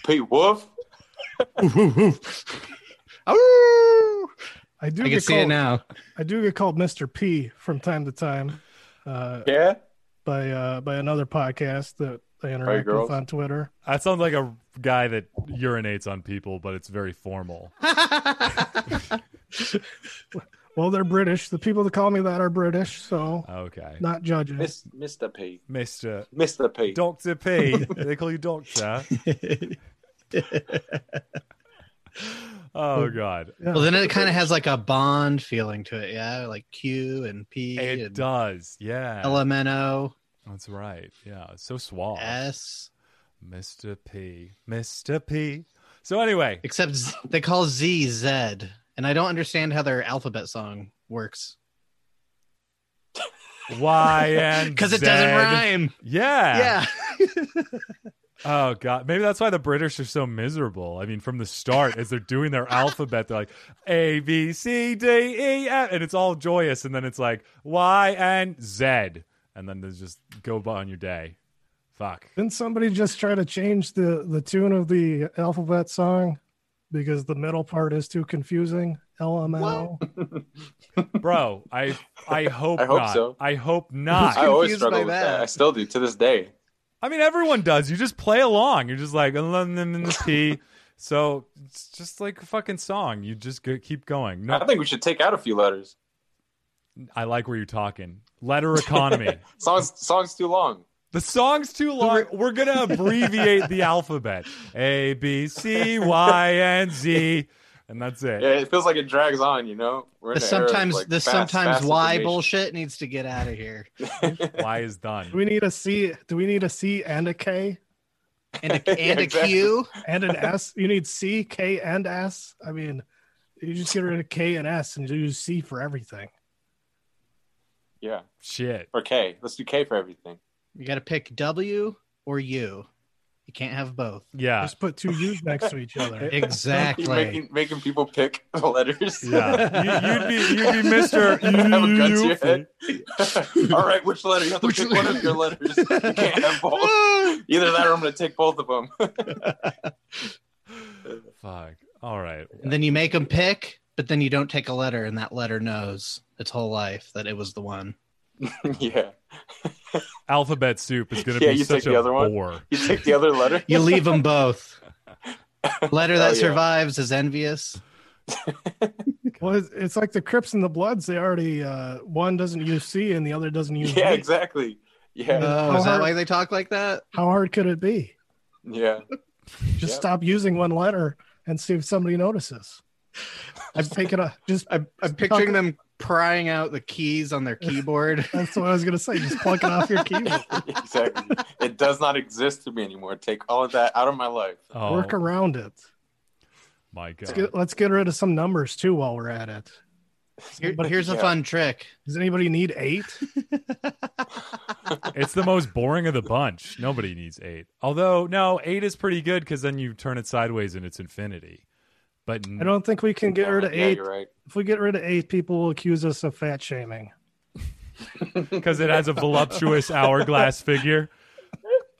S6: P Wolf.
S4: <laughs> Ow!
S5: I do
S4: I can
S5: get
S4: see
S5: called,
S4: it now.
S5: I do get called Mr. P from time to time, uh,
S6: Yeah.
S5: by uh by another podcast that I interact with
S6: girls.
S5: on Twitter.
S1: That sounds like a guy that urinates on people, but it's very formal.
S5: <laughs>
S4: <laughs>
S5: Well, they're British. The people that call me that are British, so
S1: Okay.
S5: not judging.
S6: Miss, Mr. P.
S1: Mr.
S6: Mr. P.
S1: Dr.
S4: <laughs>
S1: P. they call you Doctor. Oh, God.
S5: Yeah.
S4: well, then it kind of has like a Bond feeling to it, yeah, like Q and P
S1: It
S4: and
S1: does. Yeah.
S4: LMNO,
S1: That's right. Yeah. It's so suave.
S4: Uh, S.
S1: Mr. P. Mr. P. So, anyway,
S4: Except Z- they call Z Z, and I don't understand how their alphabet song works
S1: Y
S4: <laughs>
S1: and
S4: because it doesn't
S1: Z.
S4: rhyme.
S1: Yeah.
S4: Yeah,
S1: Oh god. Maybe that's why the British are so miserable. I mean, from the start, as they're doing their alphabet, they're like A B C D E F, and it's all joyous, and then it's like Y and Z, and then there's just go about on your day. Fuck.
S5: Didn't somebody just try to change the the tune of the alphabet song because the middle part is too confusing? LMNO.
S1: Bro, I I hope
S6: <laughs> I hope
S1: not.
S6: so.
S1: I hope
S6: <laughs> I
S1: not.
S6: always
S4: confused
S6: struggle
S4: by
S6: with that.
S4: that.
S6: I still do to this day.
S1: I mean, everyone does. You just play along. You're just like "Alum, lum, lum, P. So it's just like a fucking song. You just go, keep going.
S6: I
S1: No,
S6: think we should take out a few letters.
S1: I like where you're talking. Letter economy.
S6: Songs song's too long.
S1: The song's too long. We're
S6: <laughs>
S1: gonna abbreviate the alphabet: A, B, C, Y, and Z. and that's it.
S6: Yeah, it feels like it drags on. You know, we're
S4: The
S6: in the era of,
S4: sometimes
S6: like,
S4: the
S6: fast-
S4: sometimes
S6: fast
S4: why
S6: information.
S4: bullshit needs to get out of
S6: <laughs>
S4: here.
S1: Y is done.
S5: Do we need a C? Do we need a C and a K
S4: And a, and a
S6: Exactly.
S4: Q.
S5: and an S? You need C, K, and S. I mean, you just get rid of K and S and use C for everything.
S6: Yeah,
S1: Shit.
S6: or K. Let's do K for everything.
S4: You got to pick W or U. You can't have
S6: <laughs>
S4: both.
S1: Yeah.
S5: Just put two U's next to each other.
S4: Exactly.
S6: You're making making people pick <laughs> the letters. <laughs>
S1: Yeah. You, would be you'd be Mister. <laughs>
S6: You <laughs> have a gun to your head. <laughs> All right, which letter? You have to
S4: Which
S6: pick one of your letters. You can't have both.
S4: <laughs>
S6: Either that, or I'm going to take both of them.
S1: Fuck. All right.
S4: And then you make them pick, but then you don't take a letter, and that letter knows its whole life that it was the one.
S6: <laughs> yeah,
S1: Alphabet soup is gonna
S6: Yeah,
S1: be
S6: you
S1: such
S6: take the
S1: a
S6: other one?
S1: bore.
S6: you take the other letter.
S4: You
S6: <laughs>
S4: leave them both. Letter that
S6: Oh, yeah.
S4: survives is envious.
S5: Well, it's- it's like the Crips and the Bloods. They already uh, one doesn't use C and the other doesn't use.
S6: Yeah,
S5: V.
S6: exactly. Yeah,
S4: Oh, is that
S5: hard-
S4: why they talk like that?
S5: How hard could it be?
S6: yeah. <laughs>
S5: Just
S6: Yep.
S5: stop using one letter and see if somebody notices. Just take it off. Just
S4: I'm, I'm picturing them prying out the keys <laughs> on their keyboard.
S5: <laughs> that's what I was gonna say. Just pluck it off your
S6: <laughs>
S5: keyboard.
S6: exactly. It does not exist to me anymore. Take all of that out of my life.
S1: Oh
S5: Work around it.
S1: my god.
S5: Let's get, let's get rid of some numbers too while we're at it.
S4: Here- here's a fun trick.
S5: Does anybody need eight?
S1: It's the most boring of the bunch. Nobody needs eight. Although no, eight is pretty good because then you turn it sideways and it's infinity. But
S5: I don't think we can get rid of
S6: yeah,
S5: eight.
S6: You're right.
S5: If we get rid of eight, people will accuse us of fat shaming.
S1: because it has a voluptuous hourglass figure.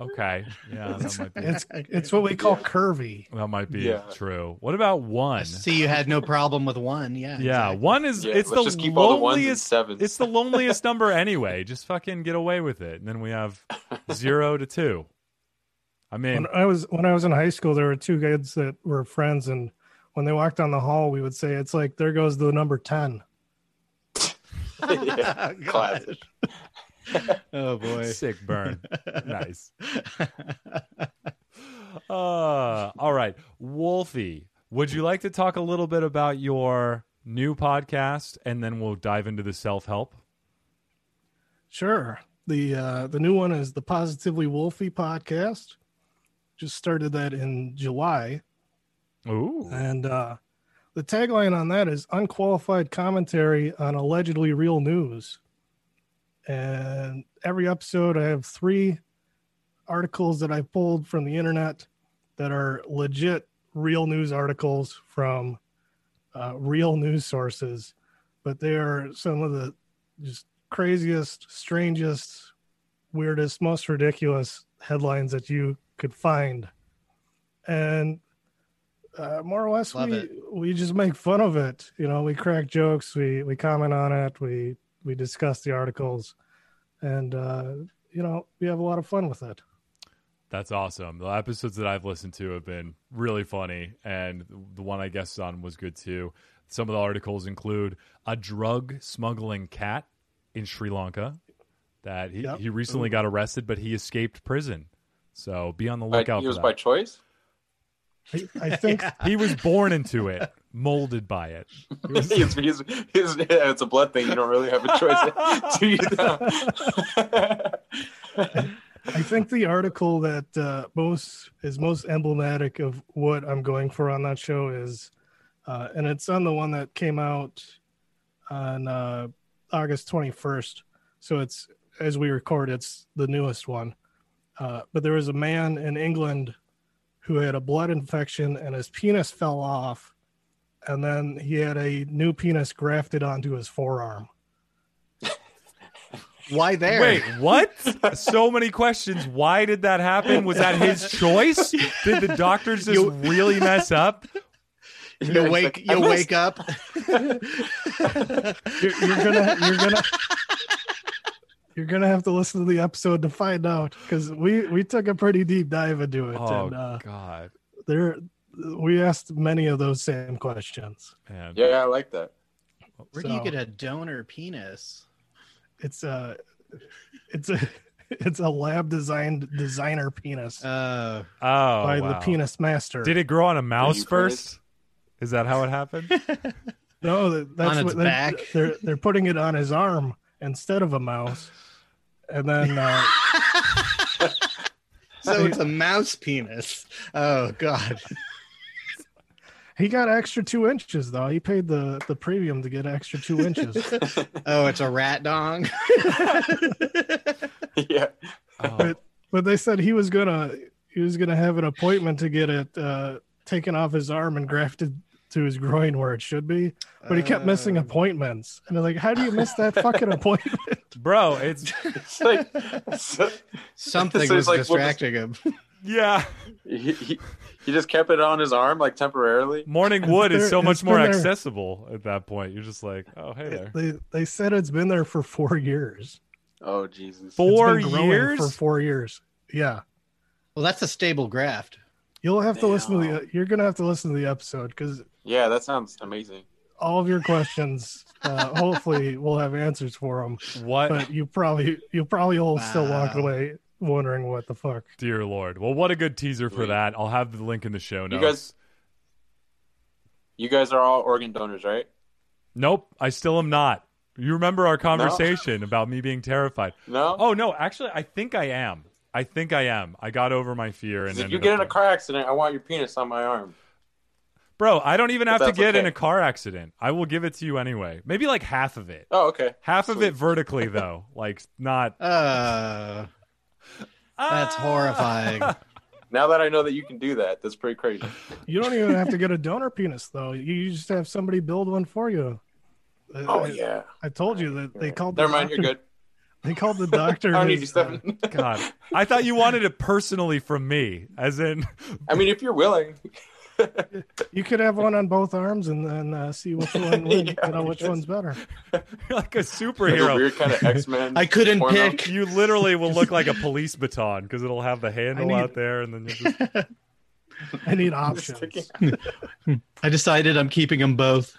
S1: Okay. Yeah. That might be.
S5: It's it's what we call curvy.
S1: That might be
S6: Yeah.
S1: true. What about one?
S4: See, you had no problem with one. Yeah.
S1: Yeah,
S4: exactly.
S1: one is
S6: Yeah,
S1: it's
S6: let's
S1: the
S6: just keep all the ones and
S1: loneliest.
S6: sevens.
S1: It's <laughs> the loneliest number anyway. Just fucking get away with it, and then we have zero to two. I mean,
S5: When I was when I was in high school, there were two kids that were friends, and when they walked down the hall, we would say, "It's like there goes the number ten.
S6: <laughs>
S4: <laughs>
S6: Yeah.
S4: Oh, God.
S6: Classic.
S4: oh boy.
S1: sick burn. nice. Uh, all right, Wolfie, would you like to talk a little bit about your new podcast, and then we'll dive into the self help?
S5: Sure. The uh, the new one is the Positively Wolfie podcast. Just started that in July,
S1: Ooh,
S5: and uh, the tagline on that is unqualified commentary on allegedly real news. And every episode, I have three articles that I pulled from the internet that are legit real news articles from uh, real news sources, but they are some of the just craziest, strangest, weirdest, most ridiculous headlines that you could find. And uh, more or less,
S4: Love
S5: we
S4: it.
S5: we just make fun of it. You know, we crack jokes, we we comment on it, we we discuss the articles, and uh, you know, we have a lot of fun with it.
S1: That's awesome. The episodes that I've listened to have been really funny, and the one I guessed on was good too. Some of the articles include a drug smuggling cat in Sri Lanka that he,
S5: Yep.
S1: he recently got arrested, but he escaped prison. So be on the
S6: By,
S1: lookout.
S6: it was
S1: for
S6: by
S1: that.
S6: choice.
S5: I,
S4: <laughs>
S5: I think
S1: he was born into it, <laughs> molded by it. He was-
S6: <laughs> He's- he's- he's- yeah, it's a blood thing. You don't really have a choice. <laughs> Do you know?
S5: I think the article that uh, most is most emblematic of what I'm going for on that show is, uh, and it's on the one that came out on uh, August 21st. So it's as we record, it's the newest one. Uh, but there was a man in England who had a blood infection and his penis fell off, and then he had a new penis grafted onto his forearm.
S4: Why there? <laughs>
S1: Wait, what? so many questions. Why did that happen? Was that his choice? Did the
S5: <laughs>
S1: doctors just
S4: You-
S1: really mess up?
S6: <laughs>
S4: You
S6: It's
S4: wake.
S6: like, I
S4: You
S6: must-
S4: wake up.
S5: you're, you're gonna
S1: <laughs>
S5: you're gonna you're gonna have to listen to the episode to find out because we we took a pretty deep dive into it
S1: Oh
S5: and uh,
S1: God,
S5: there we asked many of those same questions
S1: man.
S6: Yeah, I like that. <laughs>
S4: Where do you
S5: So,
S4: get a donor penis?
S5: it's a it's a <laughs> it's a lab designed designer penis
S4: Uh,
S1: Oh,
S4: <laughs>
S5: by
S1: wow.
S5: the penis master
S1: Did it grow on a mouse
S6: you
S1: first? Is that how it happened?
S5: <laughs> No, that- that's
S4: its
S5: what they're,
S4: back.
S5: they're they're putting it on his arm instead of a mouse, and then uh,
S4: so it's a mouse penis. Oh god.
S5: he got extra two inches though. He paid the the premium to get extra two inches.
S1: <laughs>
S4: Oh, it's a rat dong. <laughs>
S6: yeah.
S1: Oh,
S5: but they said he was gonna he was gonna have an appointment to get it uh, taken off his arm and grafted to his groin where it should be. But he kept missing
S4: Uh,
S5: appointments, and they're like, "How do you miss that fucking appointment?"
S1: bro, <laughs> it's
S6: It's like, so,
S4: Something
S6: So
S4: was
S6: it's like, what was-
S4: distracting him.
S1: yeah.
S6: he, he, he just kept it on his arm like temporarily.
S1: Morning wood is
S5: there-
S1: so much
S5: it's
S1: more
S5: been there.
S1: accessible at that point. You're just like, oh hey there.
S5: They they said it's been there for four years.
S6: Oh Jesus.
S5: It's been
S1: Four
S5: growing
S1: years.
S5: for four years. Yeah,
S4: Well, that's a stable graft.
S5: you'll have to listen to
S6: Damn.
S5: the you're gonna have to listen to the episode because
S6: Yeah, that sounds amazing.
S5: all of your questions uh, hopefully we'll have answers for them.
S1: what
S5: But you probably you probably will still walk
S4: Wow.
S5: away wondering what the fuck.
S1: dear lord? Well, what a good teaser for
S6: Wait.
S1: that. I'll have the link in the show
S6: You
S1: notes.
S6: guys, you guys are all organ donors, right?
S1: Nope, I still am not. You remember our
S6: <laughs>
S1: conversation about me being terrified.
S6: No.
S1: Oh no, actually, I think I am. I think I am. I got over my fear and
S6: if you
S1: ended up
S6: get in a
S1: doing-
S6: car accident, I want your penis on my arm.
S1: Bro, I don't even
S6: But
S1: have to
S6: that's
S1: get in
S6: okay.
S1: a car accident. I will give it to you anyway. Maybe like half of it.
S6: Oh, okay.
S1: Half of
S6: Sweet.
S1: it vertically
S6: <laughs>
S1: though. Like not
S4: Uh, that's
S1: Ah!
S6: <laughs>
S4: horrifying.
S6: Now that I know that you can do that, that's pretty crazy.
S5: You don't even have to get a donor penis though. You just have somebody build one for you. I-
S6: Oh
S5: I-
S6: yeah.
S5: I told you that they called. the
S6: Never mind. You're
S5: doctor-
S6: good.
S5: They called the
S6: <laughs> I
S5: doctor.
S6: don't need
S5: his,
S6: you,
S5: uh, <laughs>
S6: Stefan.
S1: God. I thought you wanted it personally from me. As in <laughs>
S6: I mean, if you're willing,
S5: you could have one on both arms and then uh, see
S6: <laughs>
S5: which one. win,
S6: Yeah,
S5: you know which one's better.
S1: like a
S6: like a
S1: superhero.
S6: weird kind of X Men.
S4: I couldn't
S6: Porno?
S4: pick.
S1: You literally will look like a police baton because it'll have the handle
S5: need-
S1: out there and then you'll
S5: <laughs>
S1: just
S5: I
S6: <laughs>
S5: need options.
S4: I decided I'm keeping them
S6: <laughs>
S4: both.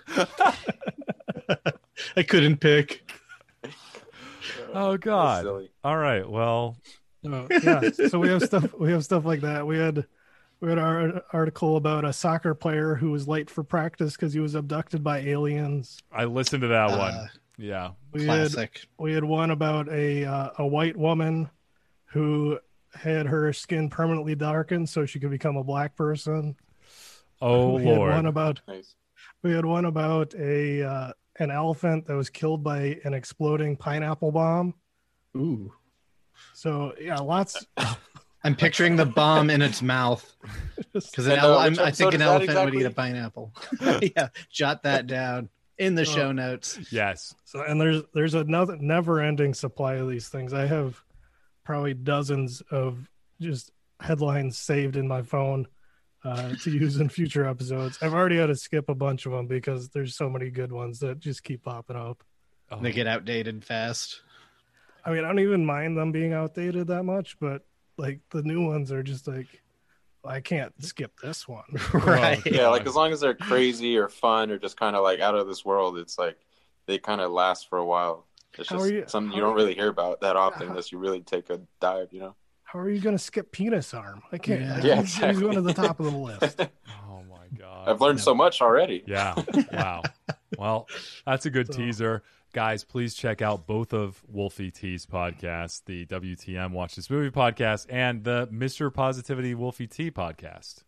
S4: I couldn't pick.
S1: Oh god.
S6: silly.
S1: All right. Well,
S5: So, yeah. So we have stuff. We have stuff like that. We had we had our article about a soccer player who was late for practice because he was abducted by aliens.
S1: I listened to that
S4: Uh,
S1: one. Yeah.
S5: We had
S4: Classic.
S5: we had one about a uh, a white woman who had her skin permanently darkened so she could become a black person.
S1: Oh
S5: we
S1: lord.
S5: Had one about
S6: Nice.
S5: We had one about a uh, an elephant that was killed by an exploding pineapple bomb.
S4: Ooh.
S5: So yeah, lots. <laughs>
S4: I'm picturing the bomb in its mouth because
S6: And, uh, which
S4: I
S6: episode
S4: think an
S6: is that
S4: elephant
S6: exactly?
S4: would eat a
S6: <laughs>
S4: pineapple. <laughs> yeah, jot that down in
S5: Oh.
S4: the show notes.
S1: yes.
S5: So and there's there's another never ending supply of these things. I have probably dozens of just headlines saved in my phone uh, to use in future episodes. I've already had to skip a bunch of them because there's so many good ones that just keep popping up.
S1: Oh.
S4: They get outdated fast.
S5: I mean, I don't even mind them being outdated that much, but like the new ones are just like, I can't skip this
S4: <laughs>
S5: one.
S4: right.
S1: God.
S6: Yeah, like as long as they're crazy or fun or just kind of like out of this world, it's like they kind of last for a while. It's
S5: How
S6: just
S5: are you-
S6: something you
S5: how-
S6: don't really hear about that often
S5: how-
S6: unless you really take a dive, you know?
S5: How are you going to skip penis arm? I can't.
S4: Yeah.
S5: I
S4: Yeah,
S5: don't- He's
S6: exactly.
S5: going to the top of the list.
S1: Oh my god.
S6: I've learned so much already.
S1: Yeah. Wow. well, that's a good
S5: So-
S1: teaser. Guys, please check out both of Wolfie T's podcasts, the WTM Watch This Movie podcast and the Mr. Positivity Wolfie T podcast.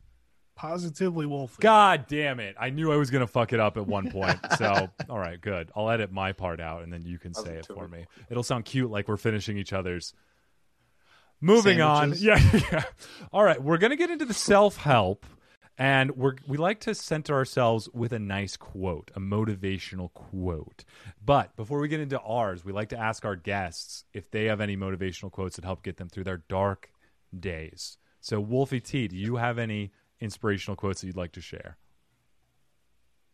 S5: Positively wolf.
S1: God damn it. I knew I was going to fuck it up at one point. So, all right, good. I'll edit my part out and then you can say it for
S6: Positivity.
S1: me. It'll sound cute like we're finishing each other's. Moving
S4: Sandwiches.
S1: on. Yeah, <laughs> yeah. All right, we're going to get into the self-help and we're we like to center ourselves with a nice quote, a motivational quote. But before we get into ours, we like to ask our guests if they have any motivational quotes that help get them through their dark days. So, Wolfie T, do you have any inspirational quotes that you'd like to share?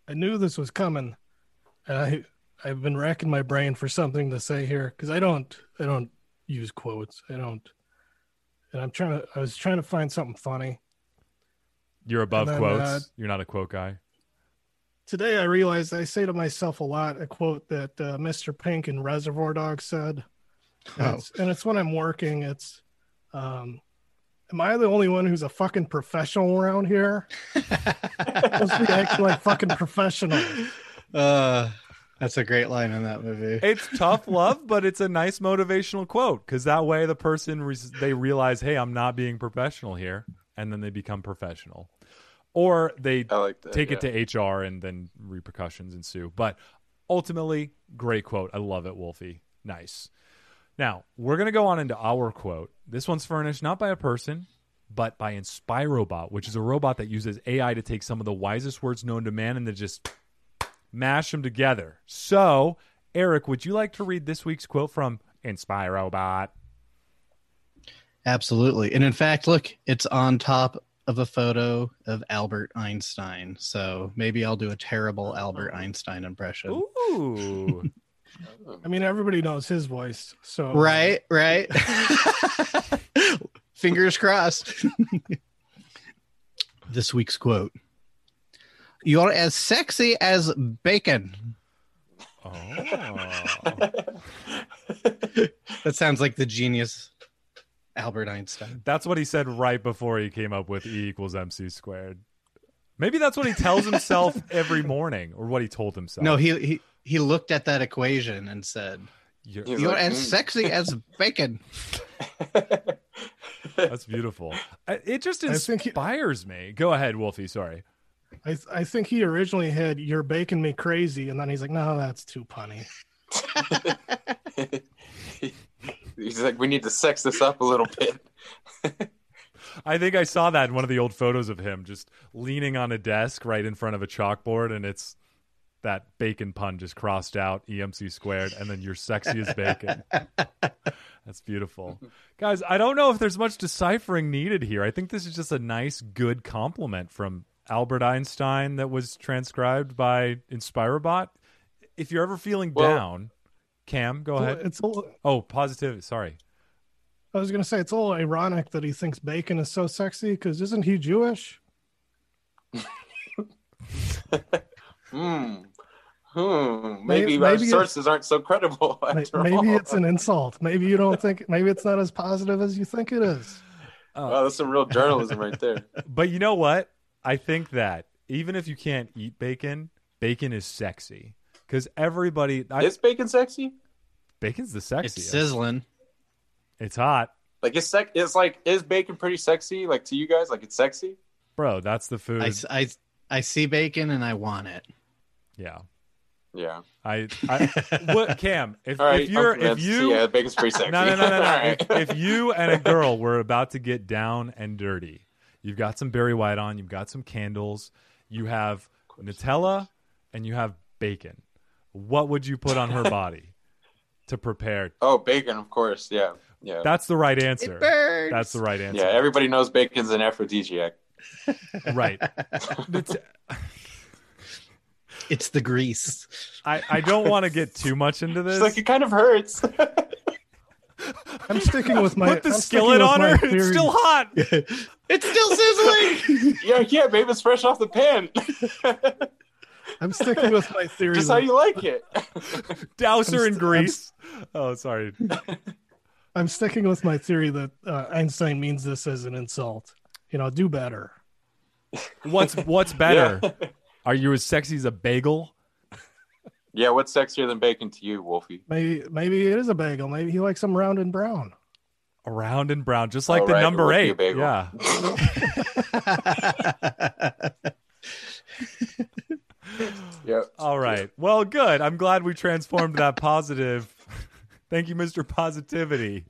S5: I knew this was coming. And I I've been racking my brain for something to say here because I don't I don't use quotes. I don't. And I'm trying to. I was trying to find something funny.
S1: You're above
S5: And then,
S1: quotes.
S5: uh,
S1: You're not a quote guy.
S5: Today I realized I say to myself a lot a quote that uh, Mr. Pink in Reservoir Dogs said. And,
S4: Oh.
S5: it's, and it's when I'm working. It's, um, Am I the only one who's a fucking professional around here?
S4: <laughs>
S5: Let's be acting like fucking professionals.
S4: uh, that's a great line in that movie.
S1: It's tough love, but it's a nice motivational quote because that way the person re- they realize, hey, I'm not being professional here, and then they become professional, or they
S6: I like that.
S1: take
S6: yeah.
S1: it to HR and then repercussions ensue. But ultimately, great quote. I love it, Wolfie. Nice. Now, we're going to go on into our quote. This one's furnished not by a person, but by Inspirobot, which is a robot that uses AI to take some of the wisest words known to man and to just mash them together. So, Eric, would you like to read this week's quote from Inspirobot?
S4: Absolutely. And in fact, look, it's on top of a photo of Albert Einstein. So maybe I'll do a terrible Albert Einstein impression.
S1: <laughs> Ooh.
S5: I mean, everybody knows his voice, so
S4: Right, right. <laughs> Fingers crossed. <laughs> this week's quote You're as sexy as bacon.
S1: oh.
S4: That sounds like the genius Albert Einstein.
S1: That's what he said right before he came up with E equals MC squared. Maybe that's what he tells himself
S5: <laughs>
S1: every morning, or what he told himself.
S4: No, he, he, he looked at that equation and said,
S1: You're-
S6: <laughs> He's
S4: You're
S6: like,
S4: as
S6: "Mm."
S4: sexy
S6: <laughs>
S4: as bacon.
S1: that's beautiful. I- It just
S5: I think he-
S1: inspires me. Go ahead, Wolfie. Sorry.
S5: I I think he originally had "You're baking me crazy," and then he's like, "No, that's too punny."
S6: <laughs> He's like, we need to sex this up a little bit.
S1: I think I saw that in one of the old photos of him, just leaning on a desk right in front of a chalkboard, and it's that bacon pun just crossed out, EMC squared, and then you're sexy as bacon. That's beautiful. Guys, I don't know if there's much deciphering needed here. I think this is just a nice, good compliment from Albert Einstein that was transcribed by Inspirobot. If you're ever feeling
S6: Well-
S1: down, Cam, go ahead.
S5: It's a, little-
S1: Oh, positive. Sorry.
S5: I was gonna say it's a little ironic that he thinks bacon is so sexy because isn't he Jewish?
S6: Hmm. Hmm. Maybe,
S5: Maybe-
S6: our
S5: maybe
S6: sources aren't so credible <laughs>
S5: Ma-
S6: after all.
S5: Maybe it's an insult. Maybe you don't think. Maybe it's not as positive as you think it is.
S6: Wow, that's some real journalism right there.
S1: But you know what? I think that even if you can't eat bacon, bacon is sexy because everybody <laughs> I,
S6: is bacon sexy?
S1: bacon's the
S4: It's
S1: sexiest.
S4: sizzling.
S1: It's hot,
S6: Like it's sec- it's like is bacon pretty sexy? Like to you guys, like it's sexy.
S1: bro. That's the food.
S4: I, s- I s- I see bacon and I want it.
S1: yeah.
S6: Yeah.
S1: I, I what Cam? If,
S6: All right.
S1: if you're
S6: I'm
S1: if
S6: convinced.
S1: you
S6: yeah, bacon's
S1: <laughs>
S6: pretty sexy.
S1: no no no no,
S6: <laughs> All
S1: no.
S6: right.
S1: if, if you and a girl were about to get down and dirty, you've got some Barry White on, you've got some candles, you have Nutella, and you have bacon. What would you put on
S6: <laughs>
S1: her body to prepare
S6: oh, bacon, of course. Yeah. Yeah.
S1: That's the right answer.
S4: It burns.
S1: That's the right
S6: yeah.
S1: answer.
S6: Everybody knows bacon's an aphrodisiac.
S1: right. It's-
S4: It's the grease.
S1: I, I don't want to get too much into
S6: It's
S1: this.
S6: like it kind of hurts. <laughs>
S5: I'm sticking with my
S1: Put the
S5: I'm sticking
S1: skillet
S5: with
S1: on
S5: my
S1: her. It's
S5: theory.
S1: still hot.
S4: <laughs> it's <laughs> still sizzling.
S6: yeah, yeah, babe, it's fresh off the pan.
S5: <laughs>
S6: <laughs>
S5: I'm sticking with my theory.
S6: Just how
S5: that-
S6: you like it.
S1: Douse her
S5: I'm
S1: in
S5: st-
S1: grease. Oh, sorry.
S5: I'm sticking with my theory that uh, Einstein means this as an insult. You know, do better.
S1: What's what's better?
S6: <laughs>
S1: Are you as sexy as a bagel?
S6: Yeah, what's sexier than bacon to you, Wolfie?
S5: Maybe maybe it is a bagel. Maybe he likes them round and brown.
S1: Round and brown, just like
S6: All
S1: the
S6: right, it
S1: number
S6: would be a
S1: eight.
S6: bagel.
S1: Yeah.
S6: Yep.
S1: All right. Well, good. I'm glad we transformed that positive. <laughs> Thank you, Mr. Positivity,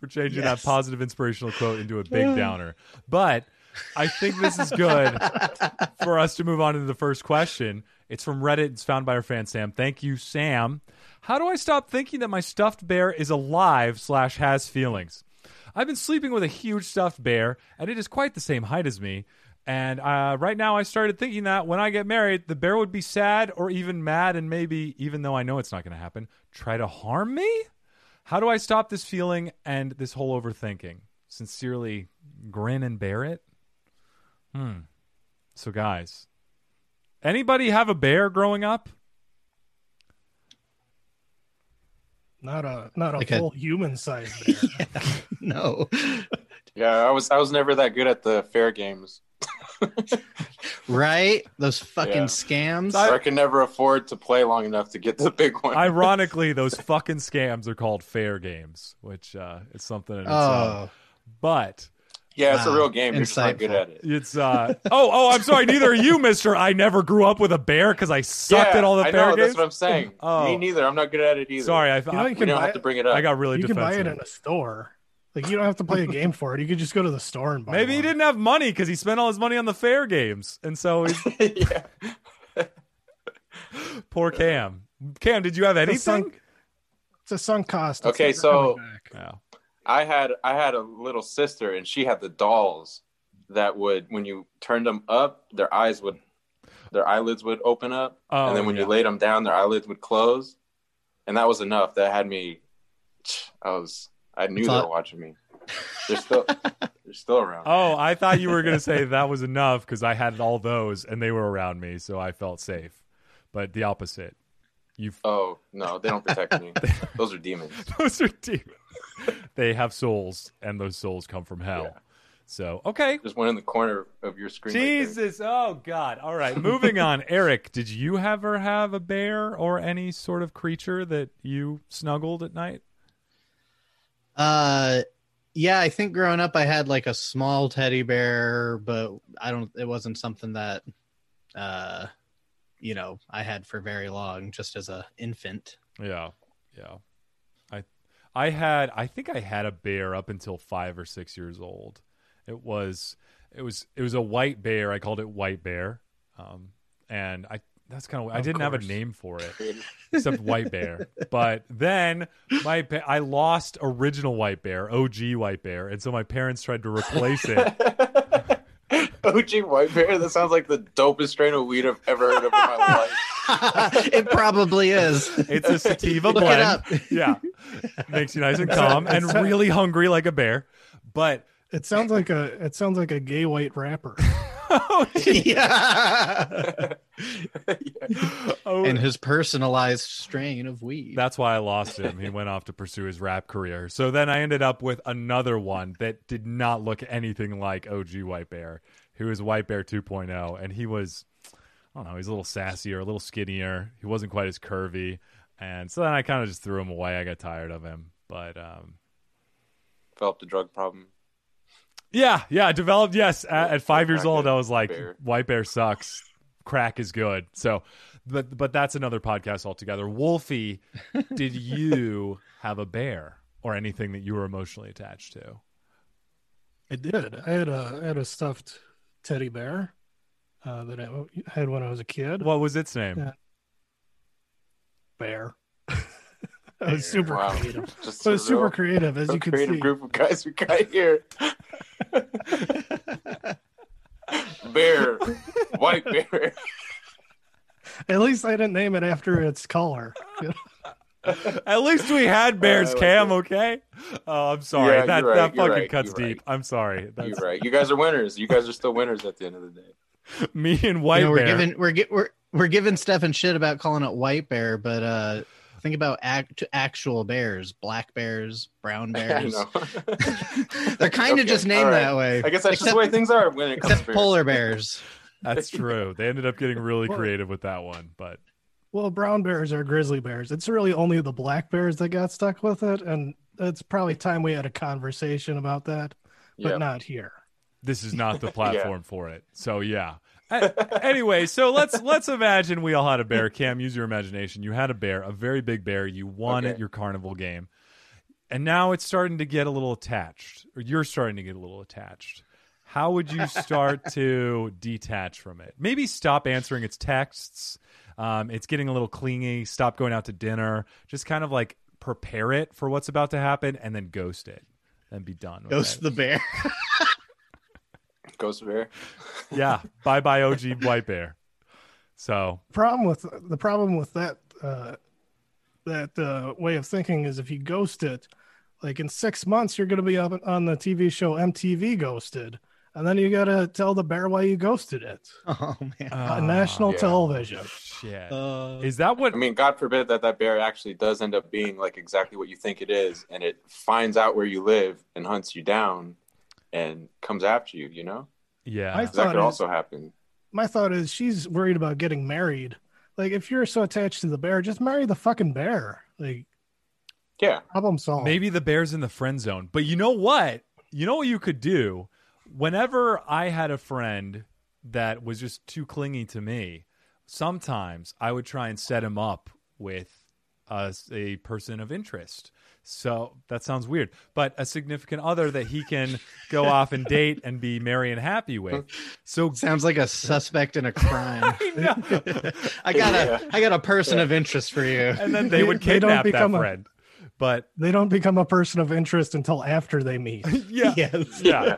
S1: for changing
S4: Yes.
S1: that positive inspirational quote into a big downer. But I think this is
S6: <laughs>
S1: good for us to move on to the first question. It's from Reddit. It's found by our fan Sam. Thank you, Sam. How do I stop thinking that my stuffed bear is alive slash has feelings? I've been sleeping with a huge stuffed bear, and it is quite the same height as me. And uh, right now, I started thinking that when I get married, the bear would be sad or even mad, and maybe, even though I know it's not going to happen, try to harm me? How do I stop this feeling and this whole overthinking? Sincerely, grin and bear it? Hmm. So, guys, anybody have a bear growing up?
S5: Not a not a
S4: Like a-
S5: full human size bear.
S4: no.
S6: Yeah, I was I was never that good at the fair games.
S4: <laughs> right? Those fucking
S6: Yeah.
S4: scams.
S6: So I could never afford to play long enough to get to the big one.
S1: Ironically, those fucking scams are called fair games, which uh, is something. In its uh, own.
S4: oh,
S1: But
S6: <laughs> yeah, it's a
S4: Wow.
S6: real game. You're just not
S4: Insightful.
S6: good at it.
S1: it's uh, oh oh. I'm sorry. Neither are you, Mister. I never grew up with a bear because I sucked
S6: yeah,
S1: at all the
S6: I
S1: fair
S6: know,
S1: games.
S6: That's what I'm saying.
S1: <laughs> Oh.
S6: Me neither. I'm not good at it either.
S1: sorry, I,
S5: You know,
S1: I,
S5: you
S6: We
S5: can
S6: don't
S5: buy
S6: have to
S5: it,
S6: bring it up.
S1: I got really
S5: you can
S1: defensive.
S5: buy it in a store. Like you don't have to play a game for it. You could just go to the store and buy.
S1: Maybe he
S5: one.
S1: didn't have money because he spent all his money on the fair games, and so he's,
S6: <laughs> yeah.
S1: poor Cam. Cam, did you have
S5: It's a
S1: anything?
S5: sunk- It's a sunk cost. It's
S6: Okay,
S5: never
S6: so-
S5: coming back.
S1: No.
S6: I had I had a little sister and she had the dolls that would when you turned them up, their eyes would their eyelids would open up.
S1: Oh,
S6: and then when
S1: yeah.
S6: you laid them down, their eyelids would close. And that was enough. That had me I was I knew they
S4: Thought-
S6: were watching me. They're still they're still around.
S1: Oh, I thought you were gonna say that was enough because I had all those and they were around me, so I felt safe. But the opposite. <laughs> You
S6: Oh no, they don't
S1: <laughs>
S6: protect me. Those are demons.
S1: those are demons. they have souls, and those souls come from hell.
S6: Yeah.
S1: So okay.
S6: Just one in the corner of your screen. right there.
S1: Jesus, oh God! All right, moving
S6: <laughs>
S1: on. Eric, did you ever have a bear or any sort of creature that you snuggled at night?
S4: Uh, yeah, I think growing up I had like a small teddy bear, but I don't. It wasn't something that, uh, you know, I had for very long, just as a <laughs> infant.
S1: Yeah, yeah. I I had I think I had a bear up until five or six years old. It was it was it was a white bear. I called it White Bear, um, and I that's kind of I
S5: Of
S1: didn't have a
S5: course.
S1: name for it except White Bear. But then my pa- I lost original White Bear, OG White Bear, and so my parents tried to replace it.
S6: <laughs> OG White Bear. That sounds like the dopest strain of weed I've ever heard of in my life.
S4: it probably
S1: <laughs>
S4: is. <laughs>
S1: It's a sativa
S4: Look it
S1: blend.
S4: up.
S1: Yeah, makes you nice and calm and really hungry like a bear. But
S5: It sounds like a it sounds like a gay white rapper.
S4: yeah.
S1: oh,
S4: And his personalized strain of weed.
S1: That's why I lost him. He went off to pursue his rap career. So then I ended up with another one that did not look anything like OG White Bear, who was White Bear 2.0. And he was, I don't know, he's a little sassier, a little skinnier. He wasn't quite as curvy. And so then I kind of just threw him away. I got tired of him. But um,
S6: Developed a drug problem.
S1: yeah, yeah, I developed, yes. At, at five years
S6: Crack
S1: old,
S6: is
S1: I was like,
S6: bear.
S1: White Bear sucks. Crack is good. So, but, but that's another podcast altogether.
S6: <laughs>
S1: Wolfie. did you have a bear or anything that you were emotionally attached to?
S5: It did. I had a I had a stuffed teddy bear uh, that I had when I was a kid.
S1: What was its name?
S5: Yeah. bear. <laughs> I was super
S6: Wow.
S5: creative.
S6: Just
S5: So
S6: a
S5: it's super
S6: real-
S5: creative, as
S6: real
S5: you can
S6: creative
S5: see.
S6: group of guys we got here. bear,
S5: <laughs>
S6: white bear.
S5: <laughs> At least I didn't name it after its color.
S1: At least we
S6: <laughs>
S1: had bears,
S6: Uh, I like
S1: Cam.
S6: it.
S1: Okay. Oh, I'm sorry.
S6: Yeah,
S1: that
S6: you're right,
S1: that
S6: you're
S1: fucking
S6: right,
S1: cuts
S6: you're right.
S1: deep. I'm sorry.
S6: You're
S1: That's
S6: right. You guys are winners. You guys are still winners at the end of the day. <laughs>
S1: me and
S4: You
S1: White
S4: know, we're
S1: Bear.
S4: giving we're gi- we're we're giving Stefan shit about calling it white bear, but uh think about act, actual bears, black bears, brown
S6: <laughs> I
S4: bears.
S6: know.
S4: <laughs> They're kind of
S6: Okay,
S4: just named
S6: all right.
S4: that way.
S6: I guess that's just
S4: Except-
S6: the way things are when it comes
S4: Except
S6: to bears.
S4: polar
S6: <laughs>
S4: bears.
S1: That's true. They ended up getting really
S5: Well-
S1: creative with that one, but
S5: Well, brown bears are grizzly bears. It's really only the black bears that got stuck with it, and it's probably time we had a conversation about that, but
S6: Yeah.
S5: not here.
S1: this is not
S4: <laughs>
S1: the platform for it. So yeah. A- anyway, so
S4: <laughs>
S1: let's let's imagine we all had a bear. Cam, use your imagination. You had a bear, a very big bear. You won at
S6: Okay.
S1: your carnival game, and now it's starting to get a little attached, or you're starting to get a little attached. How would you
S4: <laughs>
S1: start to detach from it? Maybe stop answering its texts. Um, it's getting a little clingy. Stop going out to dinner. Just kind of like prepare it for what's about to happen, and then ghost it, and be done. With
S4: Ghost
S1: it.
S4: the bear. <laughs>
S6: Ghost bear.
S1: yeah bye bye og white bear so
S5: Problem with the problem with that uh, that uh, way of thinking is if you ghost it, like in six months you're going to be up on the TV show MTV Ghosted, and then you got to tell the bear why you ghosted it
S4: Oh man.
S1: Ah,
S5: on national
S6: yeah.
S5: television.
S1: shit
S4: Uh,
S1: is that what
S6: I mean, God forbid that that bear actually does end up being like exactly what you think it is, and it finds out where you live and hunts you down, and comes after you. You know,
S1: Yeah.
S6: 'Cause
S5: Thought
S6: that could
S5: Oh, it-
S6: also happen.
S5: My thought is she's worried about getting married. Like if you're so attached to the bear, just marry the fucking bear. Like
S4: <laughs>
S6: Yeah,
S5: problem solved.
S1: Maybe the bear's in the friend zone. But you know what? You know what you could do? Whenever I had a friend that was just too clingy to me, sometimes I would try and set him up with a, a person of interest. So that sounds weird, but a significant other that he can go off and date and be merry and happy with. So
S4: Sounds like a suspect in a crime.
S1: I know.
S4: I got a
S6: Yeah.
S4: I got a person of interest for you.
S1: and then they would
S5: <laughs> They don't
S1: kidnap that
S5: become a-
S1: friend.
S5: <laughs>
S1: But
S5: They don't become a person of interest until after they meet.
S1: yeah,
S4: <laughs> Yes.
S1: yeah.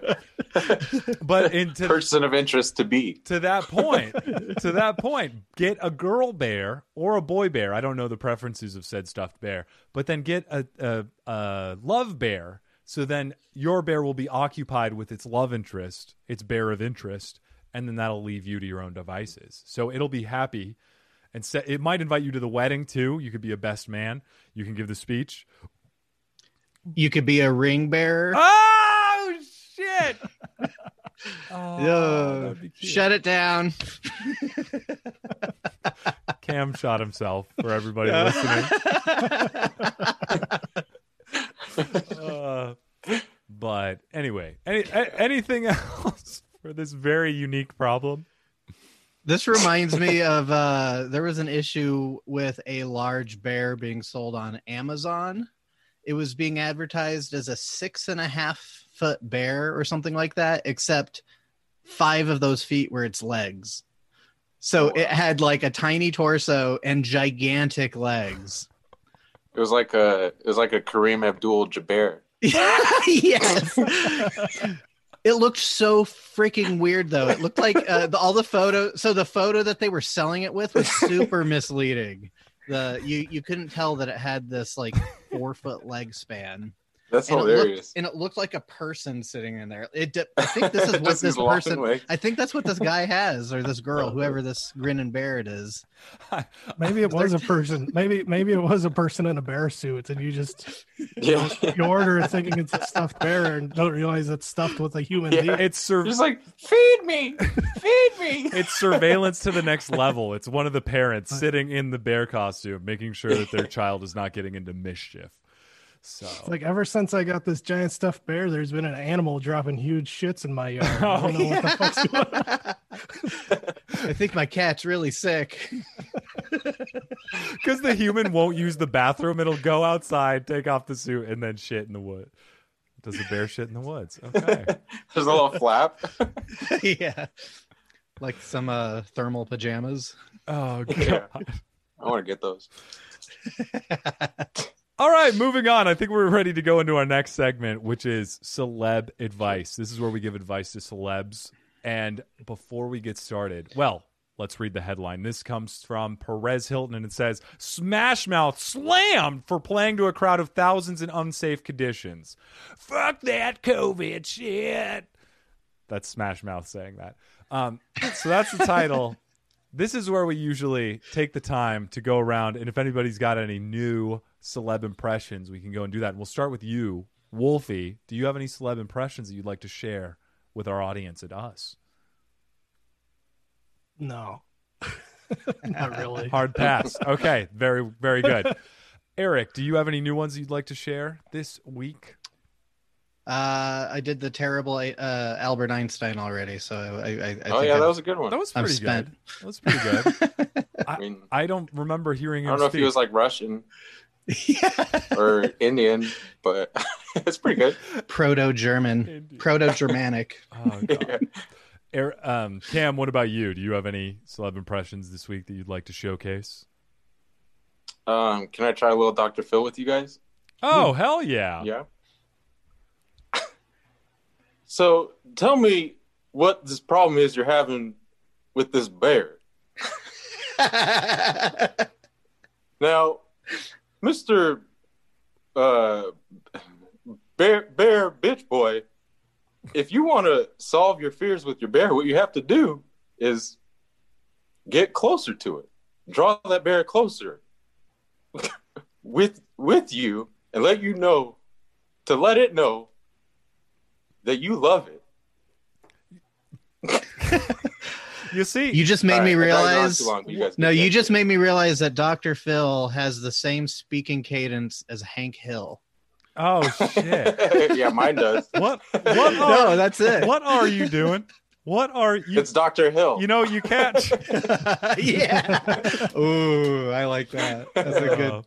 S1: but into
S6: person of interest to be.
S1: to that point to that point get a girl bear or a boy bear i don't know the preferences of said stuffed bear but then get a, a, a love bear so then your bear will be occupied with its love interest its bear of interest and then that'll leave you to your own devices so it'll be happy and se- it might invite you to the wedding too you could be a best man you can give the speech
S4: You could be a ring bearer.
S1: oh shit <laughs> oh,
S4: No.
S1: that'd be cute.
S4: Shut it down.
S1: cam shot himself for everybody listening
S5: <laughs>
S1: Uh, but anyway, any, a- anything else for this very unique problem?
S4: This reminds me of uh, there was an issue with a large bear being sold on Amazon. It was being advertised as a six and a half foot bear or something like that, except five of those feet were its legs. So it had like a tiny torso and gigantic legs.
S6: It was like a it was like a Kareem Abdul-Jabbar.
S4: yes. it looked so freaking weird, though. It looked like uh, the, all the photo. So the photo that they were selling it with was super misleading. The you you couldn't tell that it had this like four foot leg span,
S6: That's
S4: and it, looked,
S6: hilarious.
S4: and it looked like a person sitting in there. It. de- I think
S6: <laughs>
S4: this is what
S6: Just Oh.
S4: this
S6: these long
S4: person. <laughs>
S6: legs.
S4: I think that's what this guy has, or this girl, whoever this grin and bear it is.
S5: Maybe it was a person. Maybe maybe it was a person in a bear suit, and you just
S6: <laughs> Yeah,
S5: you order it thinking it's a stuffed bear, and don't realize it's stuffed with a human
S6: Yeah.
S5: being.
S1: It's sur-
S6: just like feed me, feed me.
S4: <laughs>
S6: <laughs>
S1: it's surveillance to the next level. It's one of the parents sitting in the bear costume, making sure that <laughs> their child is not getting into mischief. So,
S5: It's like ever since I got this giant stuffed bear, there's been an animal dropping huge shits in my yard.
S6: Oh,
S5: I don't know what the fuck's going on.
S4: I think my cat's really sick. <laughs>
S1: because the human won't use the bathroom, it'll go outside, take off the suit, and then shit in the wood. Does the bear shit in the woods? Okay.
S6: There's a
S4: <laughs>
S6: little flap.
S4: yeah. Like some uh, thermal pajamas.
S1: Oh god.
S6: Yeah. I want to get those.
S1: All right, moving on. I think we're ready to go into our next segment, which is celeb advice. This is where we give advice to celebs. And before we get started, well, let's read the headline. This comes from Perez Hilton and it says Smash Mouth slammed for playing to a crowd of thousands in unsafe conditions. Fuck that COVID shit. That's Smash Mouth saying that. Um, so that's the title. this is where we usually take the time to go around, and if anybody's got any new celeb impressions, we can go and do that. And we'll start with you, Wolfie. Do you have any celeb impressions that you'd like to share with our audience and us?
S5: No, <laughs> not really.
S1: Hard
S4: <laughs>
S1: pass. Okay, very, very good. Eric, do you have any new ones you'd like to share this week?
S4: Uh, I did the terrible uh, Albert Einstein already, so I, I, I
S6: Oh
S4: think
S6: yeah,
S4: I've-
S6: that was a good one.
S1: That was
S4: I'm
S1: pretty
S4: spent.
S1: good. That was pretty good.
S4: <laughs>
S6: I mean,
S1: I don't remember hearing
S6: I
S1: him.
S6: don't know if
S1: speak.
S6: he was like Russian
S4: yeah. <laughs>
S6: or Indian, but <laughs> it's pretty good.
S4: proto-German,
S1: Indeed.
S4: proto-Germanic.
S6: <laughs>
S1: Oh, God. Er, um, Cam, what about you? Do you have any celeb impressions this week that you'd like to showcase?
S6: Um, can I try a little Dr. Phil with you guys?
S1: Oh, hell yeah.
S6: Yeah. So tell me what this problem is you're having with this bear. Now, Mr. Uh, bear, bear Bitch Boy, if you want to solve your fears with your bear, what you have to do is get closer to it. Draw that bear closer <laughs> with with you and let you know to let it know that you love it.
S1: You see,
S4: You just made
S6: All
S4: me
S6: right, I dragged on
S4: realize.
S6: too long, but you guys
S4: No,
S6: get
S4: you
S6: that.
S4: just made me realize that Dr. Phil has the same speaking cadence as Hank Hill.
S1: oh shit.
S6: <laughs> yeah, mine does.
S1: What what
S4: <laughs> No,
S1: are,
S4: that's it.
S1: what are you doing? What are you
S6: It's Doctor Hill.
S1: you know you
S6: <laughs>
S1: can't
S4: <laughs>
S1: <laughs>
S4: yeah. Ooh, I like that. That's a good.
S1: Oh,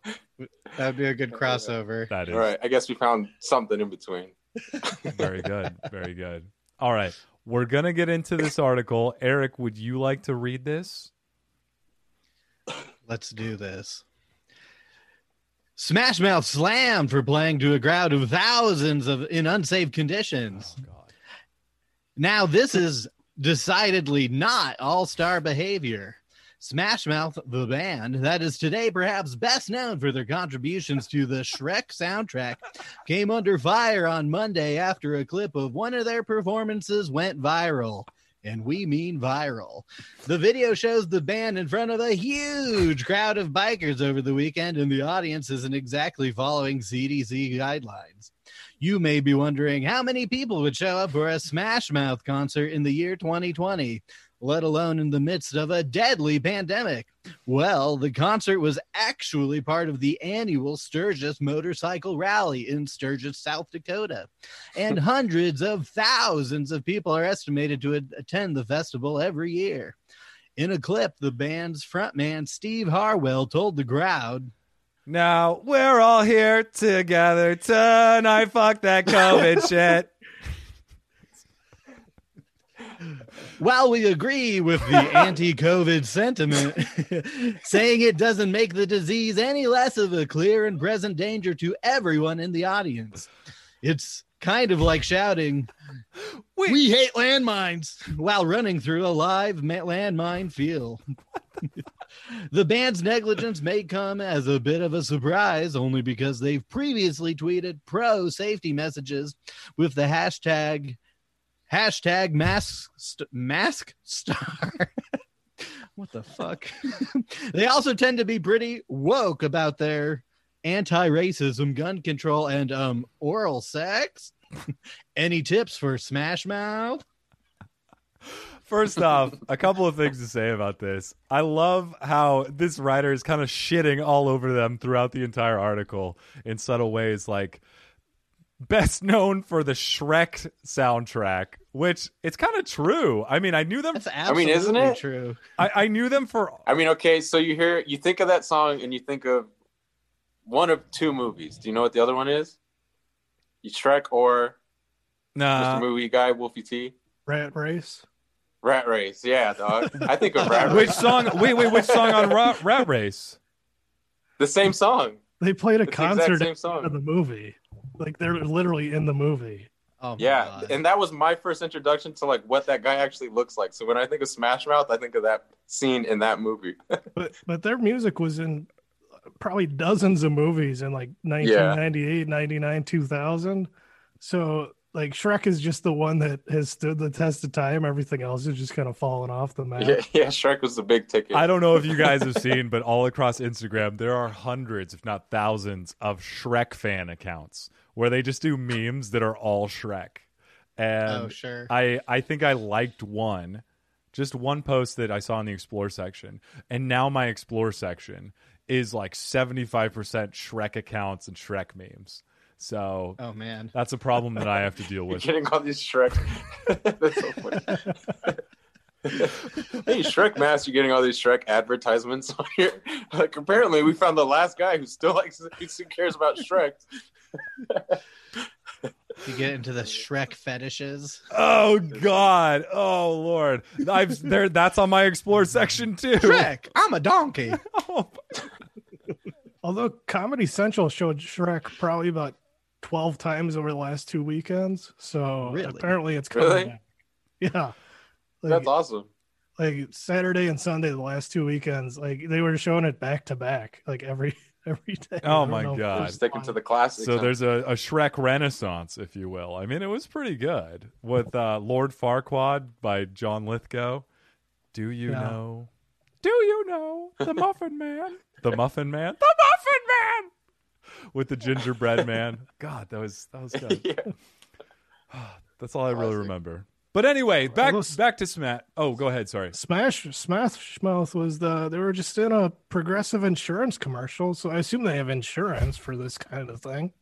S4: That would be a good crossover.
S1: that is
S6: All right, I guess we found something in between.
S1: very good. Very good. All right. We're going to get into this article. Eric, would you like to read this?
S4: Let's do this. Smash Mouth slammed for playing to a crowd of thousands of in unsafe conditions.
S1: God.
S4: Now this is decidedly not all-star behavior. Smash Mouth, the band that is today perhaps best known for their contributions to the Shrek soundtrack, came under fire on Monday after a clip of one of their performances went viral. And we mean viral. The video shows the band in front of a huge crowd of bikers over the weekend, and the audience isn't exactly following CDC guidelines. You may be wondering how many people would show up for a Smash Mouth concert in the year 2020, let alone in the midst of a deadly pandemic. Well, the concert was actually part of the annual Sturgis Motorcycle Rally in Sturgis, South Dakota. And hundreds of thousands of people are estimated to a- attend the festival every year. In a clip, the band's frontman Steve Harwell told the crowd,
S1: Now we're all here together tonight. Fuck that
S6: <laughs>
S1: COVID shit.
S4: While we agree with the anti COVID sentiment, <laughs> saying it doesn't make the disease any less of a clear and present danger to everyone in the audience, it's kind of like shouting, We, hate landmines while running through a live ma- landmine field. <laughs> the band's negligence may come as a bit of a surprise only because they've previously tweeted pro safety messages with the hashtag Hashtag mask st- mask star. <laughs> what the fuck? <laughs> they also tend to be pretty woke about their anti-racism, gun control, and um oral sex. <laughs> Any tips for Smash Mouth?
S1: First off, a couple of things to say about this. I love how this writer is kind of shitting all over them throughout the entire article in subtle ways, like best known for the Shrek soundtrack, which it's kind of true. I mean, I knew them.
S4: That's
S6: mean,
S4: absolutely
S6: isn't it?
S4: true?
S1: I, I knew them for
S6: I mean, okay, so you hear, you think of that song, and you think of one of two movies. Do you know what the other one is? You Shrek or Mr.
S1: nah.
S6: Movie Guy, Wolfie T,
S5: Rat race.
S6: Rat Race. Yeah, dog. I think of Rat
S1: <laughs> Which
S6: Race.
S1: song? Wait, wait, which song
S6: <laughs>
S1: on Ra- Rat Race?
S6: The same
S1: <laughs>
S6: song.
S5: They played a
S6: It's the exact
S5: concert
S6: same
S1: Oh
S5: of the
S6: song.
S5: movie. Like they're literally in the movie.
S4: Oh my
S6: Yeah,
S4: God.
S6: and that was my first introduction to like what that guy actually looks like. So when I think of Smash Mouth, I think of that scene in that movie. <laughs>
S5: But but their music was in probably dozens of movies in like 1998, 99, 2000. So like Shrek is just the one that has stood the test of time. Everything else is just kind of falling off the map.
S6: yeah, yeah, Shrek was the big ticket.
S1: I don't know if you guys have seen, but all across Instagram, there are hundreds, if not thousands, of Shrek fan accounts where they just do memes that are all Shrek. And
S4: oh sure.
S1: I, I think I liked one, just one post that I saw in the explore section. And now my explore section is like 75% Shrek accounts and Shrek memes. So
S4: oh man.
S1: that's a problem that I have to deal
S6: You're <laughs>
S1: with.
S6: getting all these Shrek. That's so funny. <laughs> hey, Shrek Mass, you're getting all these Shrek advertisements on here. Like, apparently, we found the last guy who still likes, who still cares about Shrek.
S4: You get into the Shrek fetishes.
S1: Oh God! Oh Lord! I've there. That's on my explore section too. <laughs>
S4: Shrek, I'm a donkey.
S1: Oh,
S5: Although Comedy Central showed Shrek probably about 12 times over the last two weekends. So
S4: Really?
S5: apparently it's coming
S6: Really?
S5: back. Yeah. Like,
S6: That's awesome.
S5: like Saturday and Sunday, the last two weekends, like they were showing it back to back, like every <laughs> every day.
S1: Oh,
S5: I don't
S1: my
S5: know if
S1: God.
S5: there's
S6: Sticking
S5: one.
S6: to the classics.
S1: So
S6: <laughs>
S1: there's a, a Shrek renaissance, if you will. I mean, it was pretty good with uh, Lord Farquaad by John Lithgow. Do you
S5: Yeah.
S1: know? Do you know the Muffin Man? The Muffin Man. The Muffin uh, Man. With the gingerbread man. God, that was that was good.
S6: yeah.
S1: That's all I really
S7: Classic.
S1: remember. But anyway, back
S5: Almost-
S1: back to Smat. Oh, go ahead. Sorry.
S5: Smash Smash Mouth was the they were just in a progressive insurance commercial, so I assume they have insurance for this kind of thing.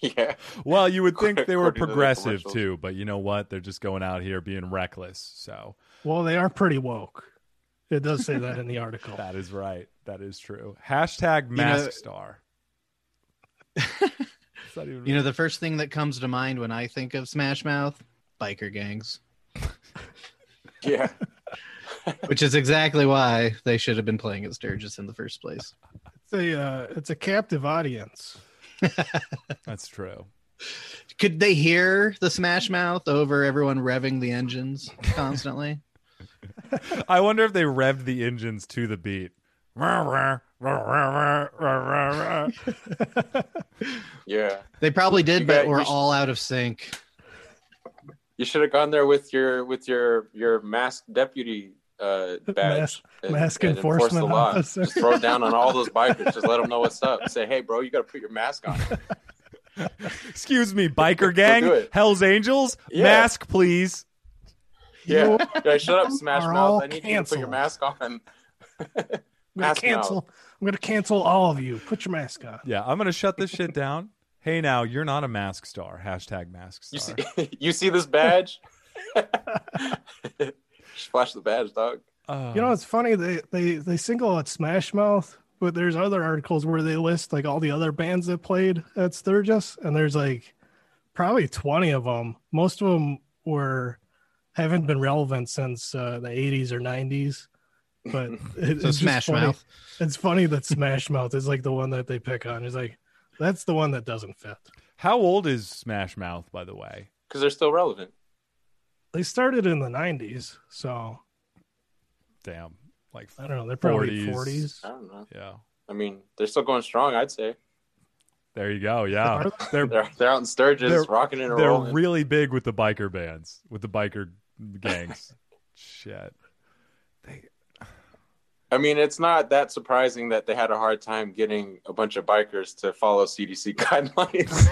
S6: yeah.
S1: Well, you would think they were
S6: According to the
S1: progressive
S6: commercials.
S1: too, but you know what? They're just going out here being reckless. So
S5: Well, they are pretty woke. It does say that in
S1: <laughs>
S5: the article.
S1: that is right. That is true. Hashtag
S4: know-
S1: Mask Star. It's not even-
S4: You know, the first thing that comes to mind when I think of Smash Mouth, biker gangs,
S6: Yeah.
S4: which is exactly why they should have been playing at Sturgis in the first place.
S5: It's a uh, it's a captive audience.
S1: That's true.
S4: Could they hear the Smash Mouth over everyone revving the engines constantly?
S1: I wonder if they revved the engines to the beat. That's
S6: Yeah.
S4: they probably did,
S6: You
S4: but
S6: got-
S4: we're
S6: you sh-
S4: all out of sync.
S6: You should have gone there with your with your your masked deputy
S5: <laughs>
S6: uh, badge.
S5: Mask- mask enforcement officer.
S6: Just throw down on all those bikers. Just let them know
S5: <laughs>
S6: what's up. Say, hey, bro, you got to put your mask on.
S1: Excuse me, biker
S6: do
S1: gang,
S6: it.
S1: Hell's Angels,
S6: Yeah.
S1: mask, please.
S6: <laughs> Yeah.
S5: You
S6: yeah shut up, Smash
S5: are all
S6: Mouth. I need you to put your
S5: canceled.
S6: mask on.
S5: I'm gonna
S6: Mask Mouth.
S5: cancel. I'm gonna cancel all of you. Put your mask on.
S1: Yeah, I'm gonna shut this shit down. Hey, now you're not a mask star. Hashtag mask
S6: You see,
S1: star.
S6: <laughs> you see this
S5: <laughs>
S6: badge? <laughs> Just flash the badge, dog.
S1: Uh,
S5: You know, it's funny they they they single out Smash Mouth, but there's other articles where they list like all the other bands that played at Sturgis, and there's like probably 20 of them. Most of them were haven't been relevant since uh, the 80s or 90s. But it,
S4: So
S5: it's just
S4: Smash
S5: funny.
S4: Mouth.
S5: It's funny that Smash Mouth is like the one that they pick on. It's like that's the one that doesn't fit.
S1: how old is Smash Mouth, by the way?
S6: Because they're still relevant.
S5: They started in the 90s, so
S1: Damn, like
S5: I don't know. They're probably
S1: 40s.
S5: 40s.
S6: I don't know.
S1: yeah.
S6: I mean, they're still going strong, I'd say.
S1: There you go. Yeah, they're
S6: They're, they're out in Sturgis,
S1: They're-
S6: rocking and
S1: they're
S6: rolling.
S1: really big with the biker bands, with the biker
S6: <laughs>
S1: gangs. Shit.
S6: I mean, it's not that surprising that they had a hard time getting a bunch of bikers to follow CDC <laughs> guidelines.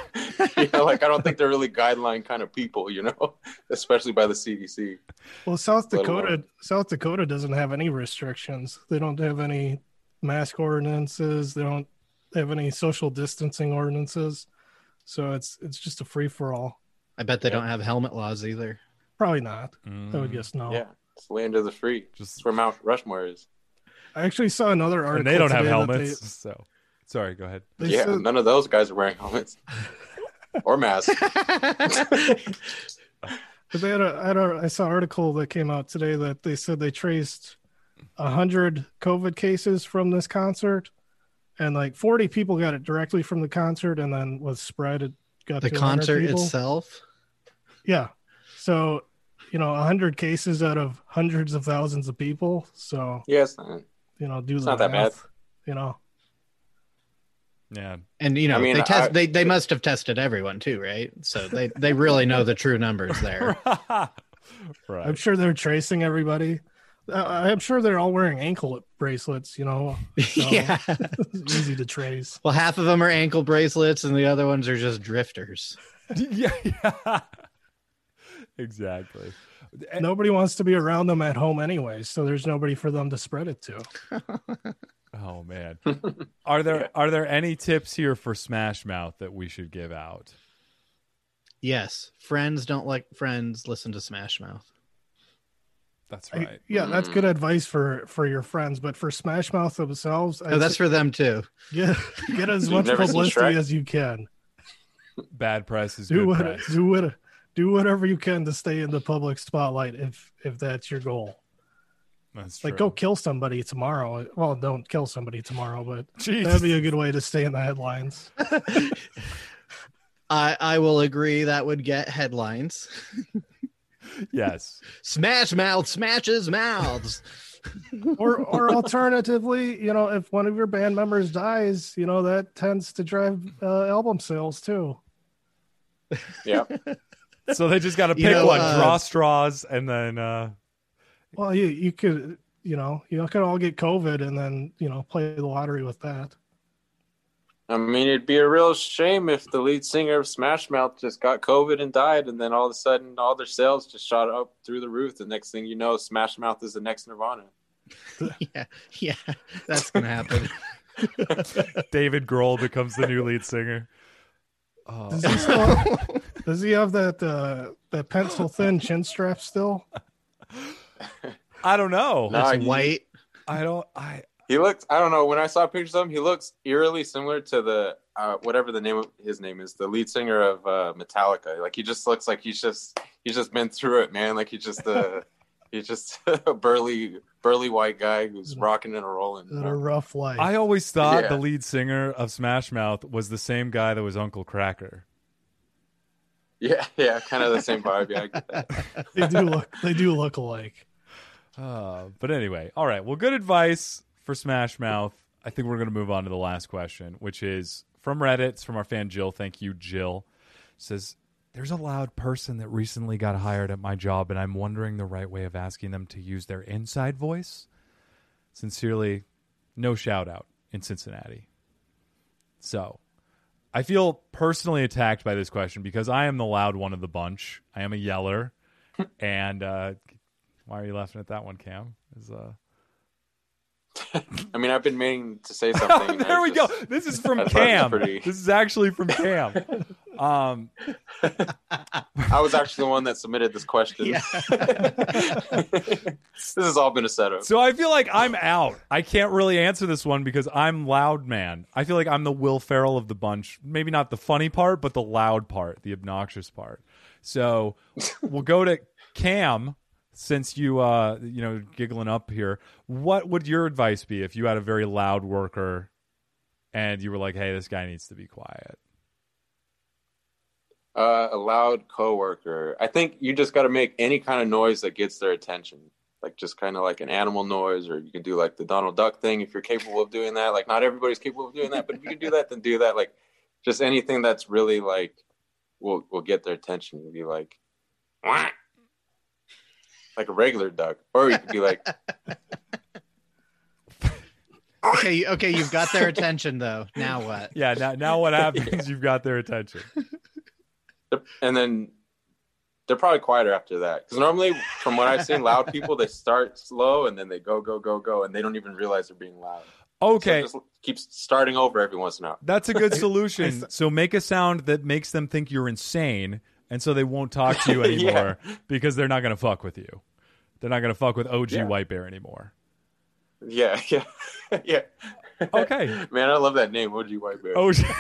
S6: you know, like I don't think they're really guideline kind of people, you know, <laughs> especially by the CDC.
S5: Well, South
S6: let alone-
S5: Dakota, South Dakota doesn't have any restrictions. They don't have any mask ordinances. They don't have any social distancing ordinances. So it's it's just a free for all.
S4: I bet they don't have helmet laws
S5: <laughs>
S4: either.
S5: Probably not. I would
S1: Mm,
S5: guess no.
S6: Yeah, it's the land of the free.
S1: Just
S6: It's where Mount Rushmore is.
S5: I actually saw another article.
S1: and they don't have
S5: today that
S1: helmets. <laughs> So sorry. Go ahead.
S5: They, they
S6: yeah,
S5: said-
S6: none of those guys are wearing
S5: <laughs>
S6: helmets or masks.
S5: But they had a, I had a, I saw an article that came out today that they said they traced a hundred COVID cases from this concert, and like forty people got it directly from the concert, and then was spread. It got
S4: the
S5: to 100
S4: concert
S5: people.
S4: itself.
S5: Yeah. So, you know, 100 cases out of hundreds of thousands of people. So,
S6: Yeah, it's not.
S5: you know, do
S6: It's
S5: the
S6: not that bad.
S5: math, You know,
S1: <laughs> Yeah.
S4: And you know,
S6: I mean,
S4: they test
S6: I-
S4: they, they must have tested everyone too, right? So they, they really know the true numbers
S5: <laughs>
S4: there. <laughs>
S5: I'm
S1: right.
S5: sure they're tracing everybody. Uh, I'm sure they're all wearing ankle bracelets, you know, <laughs>
S4: yeah.
S5: it's easy to trace.
S4: Well, half of them are ankle bracelets and the other ones are just drifters.
S1: <laughs> yeah. Yeah. exactly. Eh,
S5: Nobody wants to be around them at home anyway, so there's nobody for them to spread it to.
S1: Oh <laughs> man. Are there are there any tips here for Smash Mouth that we should give out?
S4: Yes. Friends don't like friends listen to Smash Mouth.
S1: That's
S5: I-
S1: right.
S5: yeah, that's
S6: Mm.
S5: good advice for for your friends, but for Smash Mouth themselves,
S4: No, that's for them too.
S5: get, <laughs> get as
S6: You've
S5: much
S6: never seen Shrek?
S5: publicity as you can.
S1: Bad press is
S5: do
S1: good
S5: what
S1: press.
S5: do what do whatever you can to stay in the public spotlight if if that's your goal
S1: That's
S5: like
S1: true.
S5: go kill somebody tomorrow well don't kill somebody tomorrow
S1: <laughs>
S5: but that'd
S1: Jesus.
S5: be a good way to stay in the headlines
S4: I I will agree that would get headlines. <laughs>
S1: yes.
S4: Smash Mouth smashes mouths.
S1: <laughs>
S5: or or alternatively you know if one of your band members dies you know that tends to drive uh, album sales too
S6: Yeah,
S1: <laughs> So they just got to pick
S4: You know,
S1: one,
S4: uh,
S1: draw straws, and then uh,
S5: well you you could you know you could all get covid and then you know play the lottery with that
S6: I mean, it'd be a real shame if the lead singer of Smash Mouth just got COVID and died, and then all of a sudden all their sales just shot up through the roof. The next thing you know, Smash Mouth is the next Nirvana.
S4: yeah, yeah, that's gonna happen.
S1: David Grohl becomes the new lead <laughs> singer. Oh,
S5: Does he, still,
S1: <laughs>
S5: does he have that uh, that pencil thin chin strap still?
S1: I don't know.
S6: Nah,
S4: That's
S6: you-
S4: white.
S1: I don't. I
S6: He looks. I don't know. When I saw pictures of him, he looks eerily similar to the uh, whatever the name of his name is, the lead singer of uh, Metallica. Like he just looks like he's just he's just been through it, man. Like he's
S1: <laughs>
S6: just uh, he's just a burly burly white guy who's rocking and rolling.
S5: That a rough life.
S1: I always thought
S6: Yeah.
S1: the lead singer of Smash Mouth was the same guy that was Uncle Cracker.
S6: Yeah, yeah, kind of the same vibe. Yeah, I get that.
S5: they do look they do look alike.
S1: Uh, but anyway, all right. Well, good advice for Smash Mouth. I think we're going to move on to the last question, which is from Reddit. It's from our fan Jill. Thank you, Jill. Says, There's a loud person that recently got hired at my job, and I'm wondering the right way of asking them to use their inside voice. Sincerely, no shout out in Cincinnati. So I feel personally attacked by this question because I am the loud one of the bunch. I am a yeller. <laughs> and uh, why are you laughing at that one, Cam? Is, uh...
S6: I mean, I've been meaning
S1: <laughs>
S6: to say something. and
S1: <laughs>
S6: I
S1: there we go.
S6: just-
S1: This is from
S6: I thought it was <laughs>
S1: Cam.
S6: pretty-
S1: This is actually from Cam.
S6: <laughs>
S1: Um,
S6: I was actually the one that submitted this
S1: <laughs>
S6: question. <laughs>
S4: Yeah.
S6: this has all been a setup.
S1: so I feel like I'm out. I can't really answer this one because I'm loud, man. I feel like I'm the Will Ferrell of the bunch. Maybe not the funny part, but the loud part, the obnoxious part.
S6: <laughs>
S1: So we'll go to Cam. Since you, uh, you know, giggling up here, what would your advice be if you had a very loud worker, and you were like, "Hey, this guy needs to be quiet."
S6: Uh, a loud coworker. I think you just got to make any kind of noise that gets their attention, like just kind of like an animal noise, or you can do like the Donald Duck thing if you're capable of doing that. Like not everybody's capable of doing that, but if you can do that, then do that. Like just anything that's really like will will get their attention. You'll be like, "Wah!" like a regular duck, or you could be like,
S4: Okay, okay, you've got their attention though. Now what?
S1: Yeah, now, now
S6: <laughs>
S1: what happens? You've got their attention.
S6: and then they're probably quieter after that because normally from what i've seen loud people they start slow and then they go go go go and they don't even realize they're being loud So
S1: Okay,
S6: just keep starting over every once in a while
S1: that's a good solution. So make a sound that makes them think you're insane, and so they won't talk to you
S6: <laughs> Yeah.
S1: anymore because they're not going to fuck with you. They're not going to fuck with OG
S6: Yeah.
S1: White Bear
S6: <laughs>
S1: anymore.
S6: yeah <laughs> yeah yeah
S1: Okay.
S6: man i love that name og white bear
S1: OG. <laughs>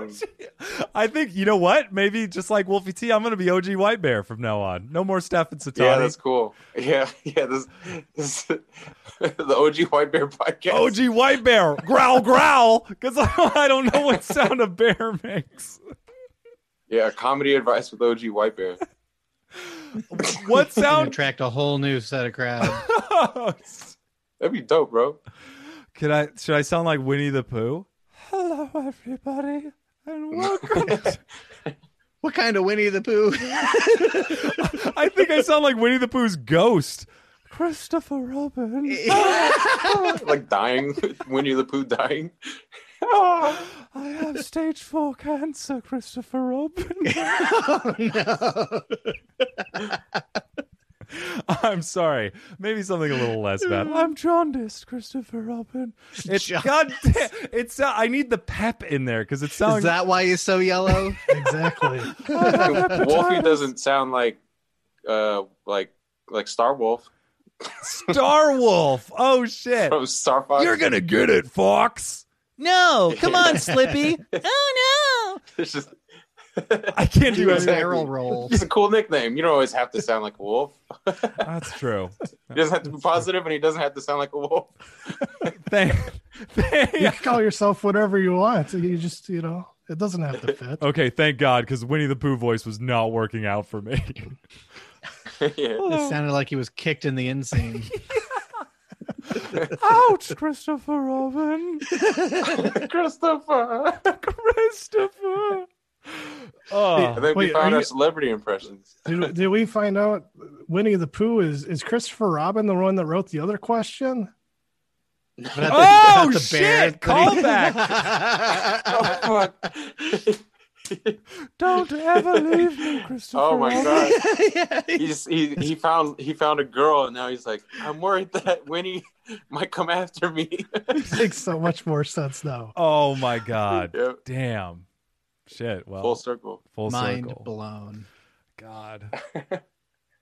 S6: It's been-
S1: I think you know what? Maybe just like Wolfie T, I'm going to be OG White Bear from now on. No more Stefan Satani.
S6: yeah that's cool yeah <laughs> yeah this, this <laughs> the og white bear podcast
S1: OG White Bear, growl growl, because <laughs> I, I don't know what sound a bear
S6: <laughs>
S1: makes.
S6: yeah comedy advice with og white bear
S1: What
S4: You
S1: sound?
S4: attract a whole new set of crowd.
S6: that'd be
S1: <laughs>
S6: dope bro
S1: Could I? Should I sound like Winnie the Pooh? Hello, everybody, <laughs> and welcome. to-
S4: What kind of Winnie the Pooh? <laughs>
S1: I think I sound like Winnie the Pooh's ghost, Christopher Robin.
S4: Oh,
S6: like dying <laughs> winnie the pooh
S1: <laughs>
S6: dying
S1: I have stage four cancer, Christopher Robin.
S4: oh no!
S1: <laughs> I'm sorry. Maybe something a little less bad. I'm jaundiced, Christopher Robin. It's
S4: Jaundiced.
S1: goddamn. It's. Uh, I need the pep in there because it sounds.
S4: Is that why he's so yellow? <laughs>
S5: Exactly.
S1: <laughs>
S6: Wolfie doesn't sound like uh like like
S1: <laughs>
S6: Star Wolf
S1: Star Wolf. Oh shit.
S6: from Star Fox.
S1: You're gonna get it, Fox. No,
S6: come on,
S1: <laughs> Slippy. Oh no.
S6: <laughs> It's just
S1: I can't
S4: Do
S1: do
S4: a
S1: it.
S6: Exactly.
S4: barrel
S6: <laughs>
S4: roll.
S6: it's a cool nickname. You don't always have to sound like a wolf.
S1: That's true.
S6: He doesn't have to be positive, and he doesn't have to sound like a wolf.
S1: Thank,
S5: You
S1: thank-
S5: can call yourself whatever you want. You just you know it doesn't have
S4: <laughs>
S5: to fit.
S1: okay, thank God, because Winnie the Pooh voice was not working out for me.
S6: yeah. <laughs>
S4: It sounded like he was kicked in the inseam.
S1: Ouch, Christopher Robin.
S5: Oh.
S6: Christopher.
S1: Christopher.
S6: I
S1: Oh,
S6: think we
S5: Wait,
S6: found
S5: are
S6: our
S5: you-
S6: celebrity impressions.
S5: Did, did we find out Winnie the Pooh is is Christopher Robin the one that wrote the other question?
S4: Not
S1: Oh,
S4: not
S1: shit,
S4: <laughs>
S6: <laughs> Oh, fuck.
S1: Don't ever leave me, Christopher.
S6: Oh, my God.
S4: yeah,
S6: He's, he, he found he found a girl and now he's like I'm worried that Winnie <laughs> might come after me.
S5: It makes so much more sense now.
S1: Oh my god.
S6: <laughs> Yep.
S1: Damn. Shit. Well,
S6: Full circle.
S1: full
S4: mind
S1: circle.
S4: blown.
S1: God.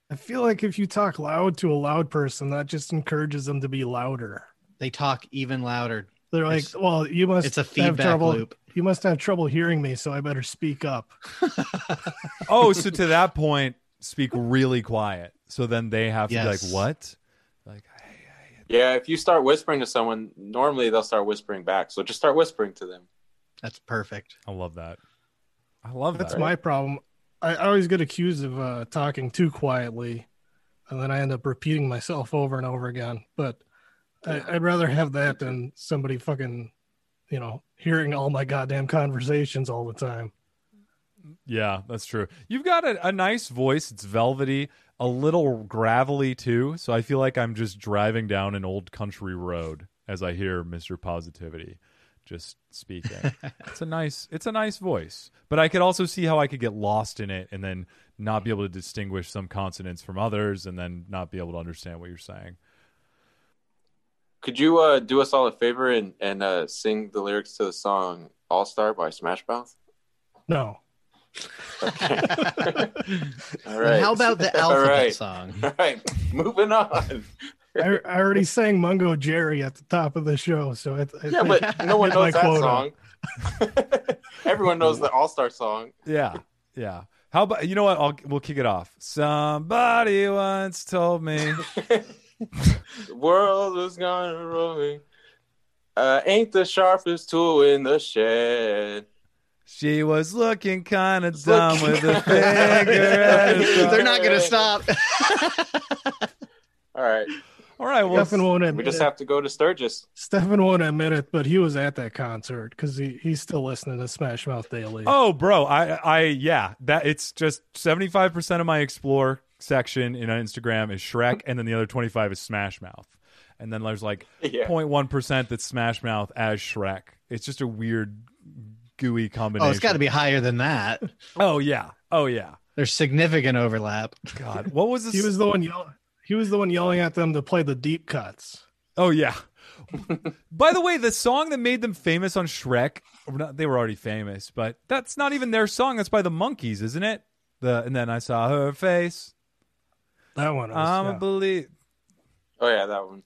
S5: I feel like if you talk loud to a loud person, that just encourages them to be louder.
S4: They talk even louder.
S5: They're like,
S4: It's-
S5: "Well, you must
S4: It's a
S5: have
S4: feedback
S5: trouble.
S4: loop.
S5: You must have trouble hearing me, so I better speak up."
S1: <laughs> Oh, so to that point, speak really quiet. So then they have to
S4: Yes.
S1: be like, "What?" Like, hey,
S6: Yeah, if you start whispering to someone, normally they'll start whispering back. So just start whispering to them.
S4: That's
S6: <laughs>
S4: perfect.
S1: I love that. I love
S5: That's
S1: that.
S5: my problem. I I always get accused of uh, talking too quietly, and then I end up repeating myself over and over again. But I, I'd rather have that than somebody fucking, you know, hearing all my goddamn conversations all the time.
S1: Yeah, that's true. You've got a, a nice voice. It's velvety, a little gravelly too. So I feel like I'm just driving down an old country road as I hear Mr. Positivity just <laughs> speaking. it's a nice it's a nice voice. But I could also see how I could get lost in it and then not be able to distinguish some consonants from others and then not be able to understand what you're saying.
S6: Could you uh, do us all a favor and, and uh, sing the lyrics to the song All Star by Smash Mouth?
S5: <laughs> No,
S4: <laughs>
S6: Okay. all right.
S4: And how about the
S6: All
S4: alphabet
S6: right.
S4: song?
S6: <laughs> All right. Moving on.
S5: I, I already sang Mungo Jerry at the top of the show, so I, I
S6: Yeah,
S5: think-
S6: but
S5: <laughs>
S6: no one
S5: Hit my
S6: knows that
S5: quota.
S6: song. <laughs> Everyone knows the All Star song. <laughs>
S1: Yeah. Yeah. How about you know what? I'll, we'll kick it off. Somebody once told me
S6: The world is gonna roll me. Uh, ain't the sharpest tool in the shed.
S1: She was looking kind of
S6: Look- dumb with a finger
S4: <laughs>
S6: at her
S4: They're not gonna stop.
S6: All right.
S1: All right, well,
S5: Stefan won't
S6: We
S5: admit
S6: just
S5: it.
S6: have to go to Sturgis. <laughs>
S5: Stefan won't admit it, but he was at that concert because he, he's still listening to Smash Mouth daily.
S1: oh, bro, I, I, yeah, that it's just seventy five percent of my explore section in uh, Instagram is Shrek, and then the other twenty five is Smash Mouth, and then there's like
S6: Yeah.
S1: 0.1 percent that's Smash Mouth as Shrek. It's just a weird, gooey combination.
S4: Oh, it's got to be higher than that.
S1: Oh yeah, oh yeah.
S4: There's significant overlap.
S1: God, what was this?
S5: he was the one yelling. He was the one yelling at them to play the deep cuts.
S1: Oh yeah. By the way, the song that made them famous on Shrek, or not- they were already famous, but that's not even their song. That's by the Monkees, isn't it? The and then I saw her face.
S5: That one. Was,
S1: I'm
S5: yeah.
S1: a believe.
S6: Oh yeah, that one.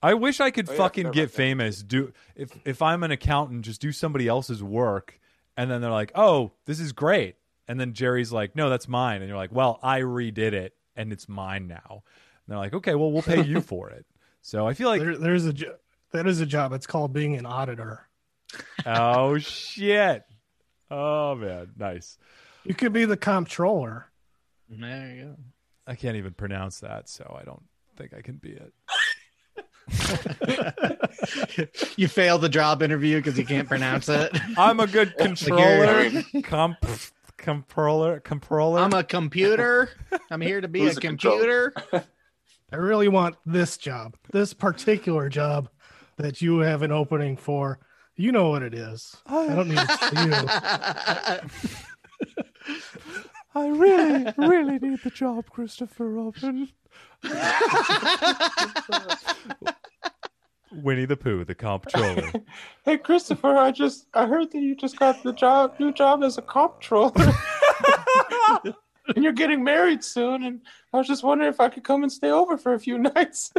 S1: I wish I could
S6: Oh, yeah, I
S1: fucking
S6: forgot
S1: get
S6: about that.
S1: famous. Do if if I'm an accountant, just do somebody else's work, and then they're like, "Oh, this is great," and then Jerry's like, "No, that's mine," and you're like, "Well, I redid it, and it's mine now." And they're like, "Okay, well, we'll pay
S5: <laughs>
S1: you for it." So I feel like
S5: there, there's a jo- that is a job. It's called being an auditor.
S1: oh shit oh man nice
S5: You could be the comptroller.
S4: There you go.
S1: i can't even pronounce that so i don't think i can be it
S4: <laughs> you fail the job interview because you can't pronounce it.
S1: i'm a good
S6: <laughs> I
S1: controller
S6: mean,
S1: comp controller controller
S4: I'm a computer. I'm here to be
S6: Who's
S4: a
S6: the controller?
S4: computer.
S5: I really want this job, this particular job that you have an opening for. You know what it is.
S1: Oh.
S5: I don't need to tell
S1: <laughs>
S5: you.
S6: <laughs>
S1: i really really need the job christopher robin winnie the pooh the
S6: <laughs>
S1: comptroller
S6: hey Christopher, I just I heard that you just got the job new job as a comptroller. <laughs> and you're getting married soon and I was just wondering if I could come and stay over for a few <laughs> nights.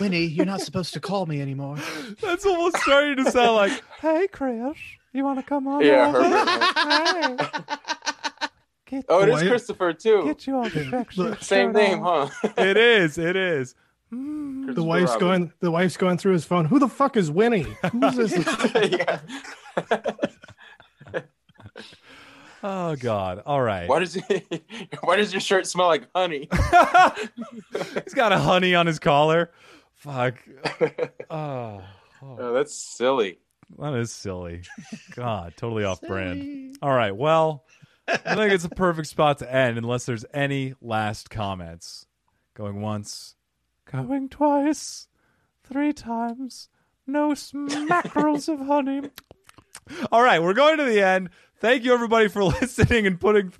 S4: Winnie, you're not supposed to call me anymore.
S1: that's almost starting to sound like hey chris you want to come on
S6: Yeah,
S1: over?
S6: Herbert.
S1: Hey, get,
S6: Oh, it is
S5: Boy.
S6: Christopher too.
S1: get your sexy
S5: Look.
S6: <laughs> Same
S1: shirt
S6: name,
S1: on.
S6: huh?
S1: it is. It is. Mm.
S5: The
S6: Christopher
S5: wife's
S6: Robin.
S5: going. The wife's going through his phone. Who the fuck is Winnie? Who's
S1: <laughs>
S5: this?
S6: <laughs> yeah.
S1: Oh God! All right.
S6: Why does he, <laughs> why does your shirt smell like honey? <laughs>
S1: <laughs> He's got a honey on his collar. Fuck. Oh, oh,
S6: Oh, that's silly.
S1: that is silly. God, totally off brand. All right. Well, I think it's a perfect spot to end, unless there's any last comments. Going once, going twice. three times. No smackerels of honey. All right, we're going to the end. Thank you everybody for <laughs> listening and putting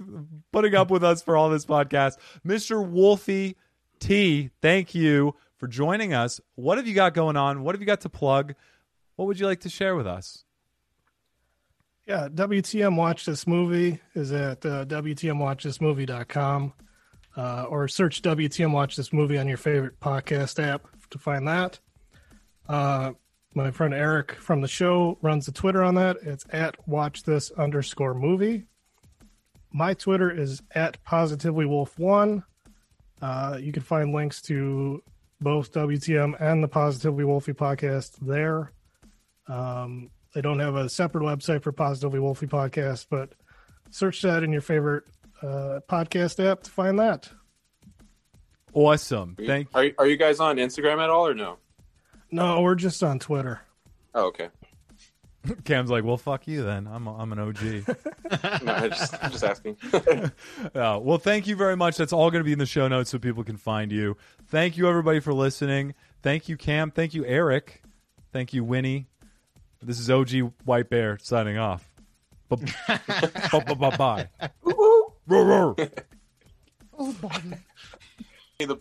S1: putting up with us for all this podcast. Mr. Wolfie T, thank you for joining us. What have you got going on? What have you got to plug? What would you like to share with us?
S5: Yeah, WTM Watch This Movie is at uh, WTMWatchThisMovie.com uh, or search WTM Watch This Movie on your favorite podcast app to find that. Uh, my friend Eric from the show runs the Twitter on that. It's at watch this underscore movie. My Twitter is at positively wolf one. Uh, you can find links to both WTM and the Positively Wolfie podcast there. Um, they don't have a separate website for Positively Wolfie podcast, but search that in your favorite uh, podcast app to find that.
S1: Awesome.
S6: Are you-
S1: Thank
S6: Are you, are you guys on Instagram at all or no?
S5: No, we're just on Twitter.
S6: Oh, okay.
S1: Cam's like, well, fuck you then. I'm a, I'm an OG.
S6: No, I just, I'm just asking. <laughs>
S1: Uh, well, thank you very much. That's all going to be in the show notes so people can find you. Thank you, everybody, for listening. Thank you, Cam. Thank you, Eric. Thank you, Winnie. This is OG White Bear signing off. Bu- bu- bu- bu- Bye. Roar, roar.
S6: The-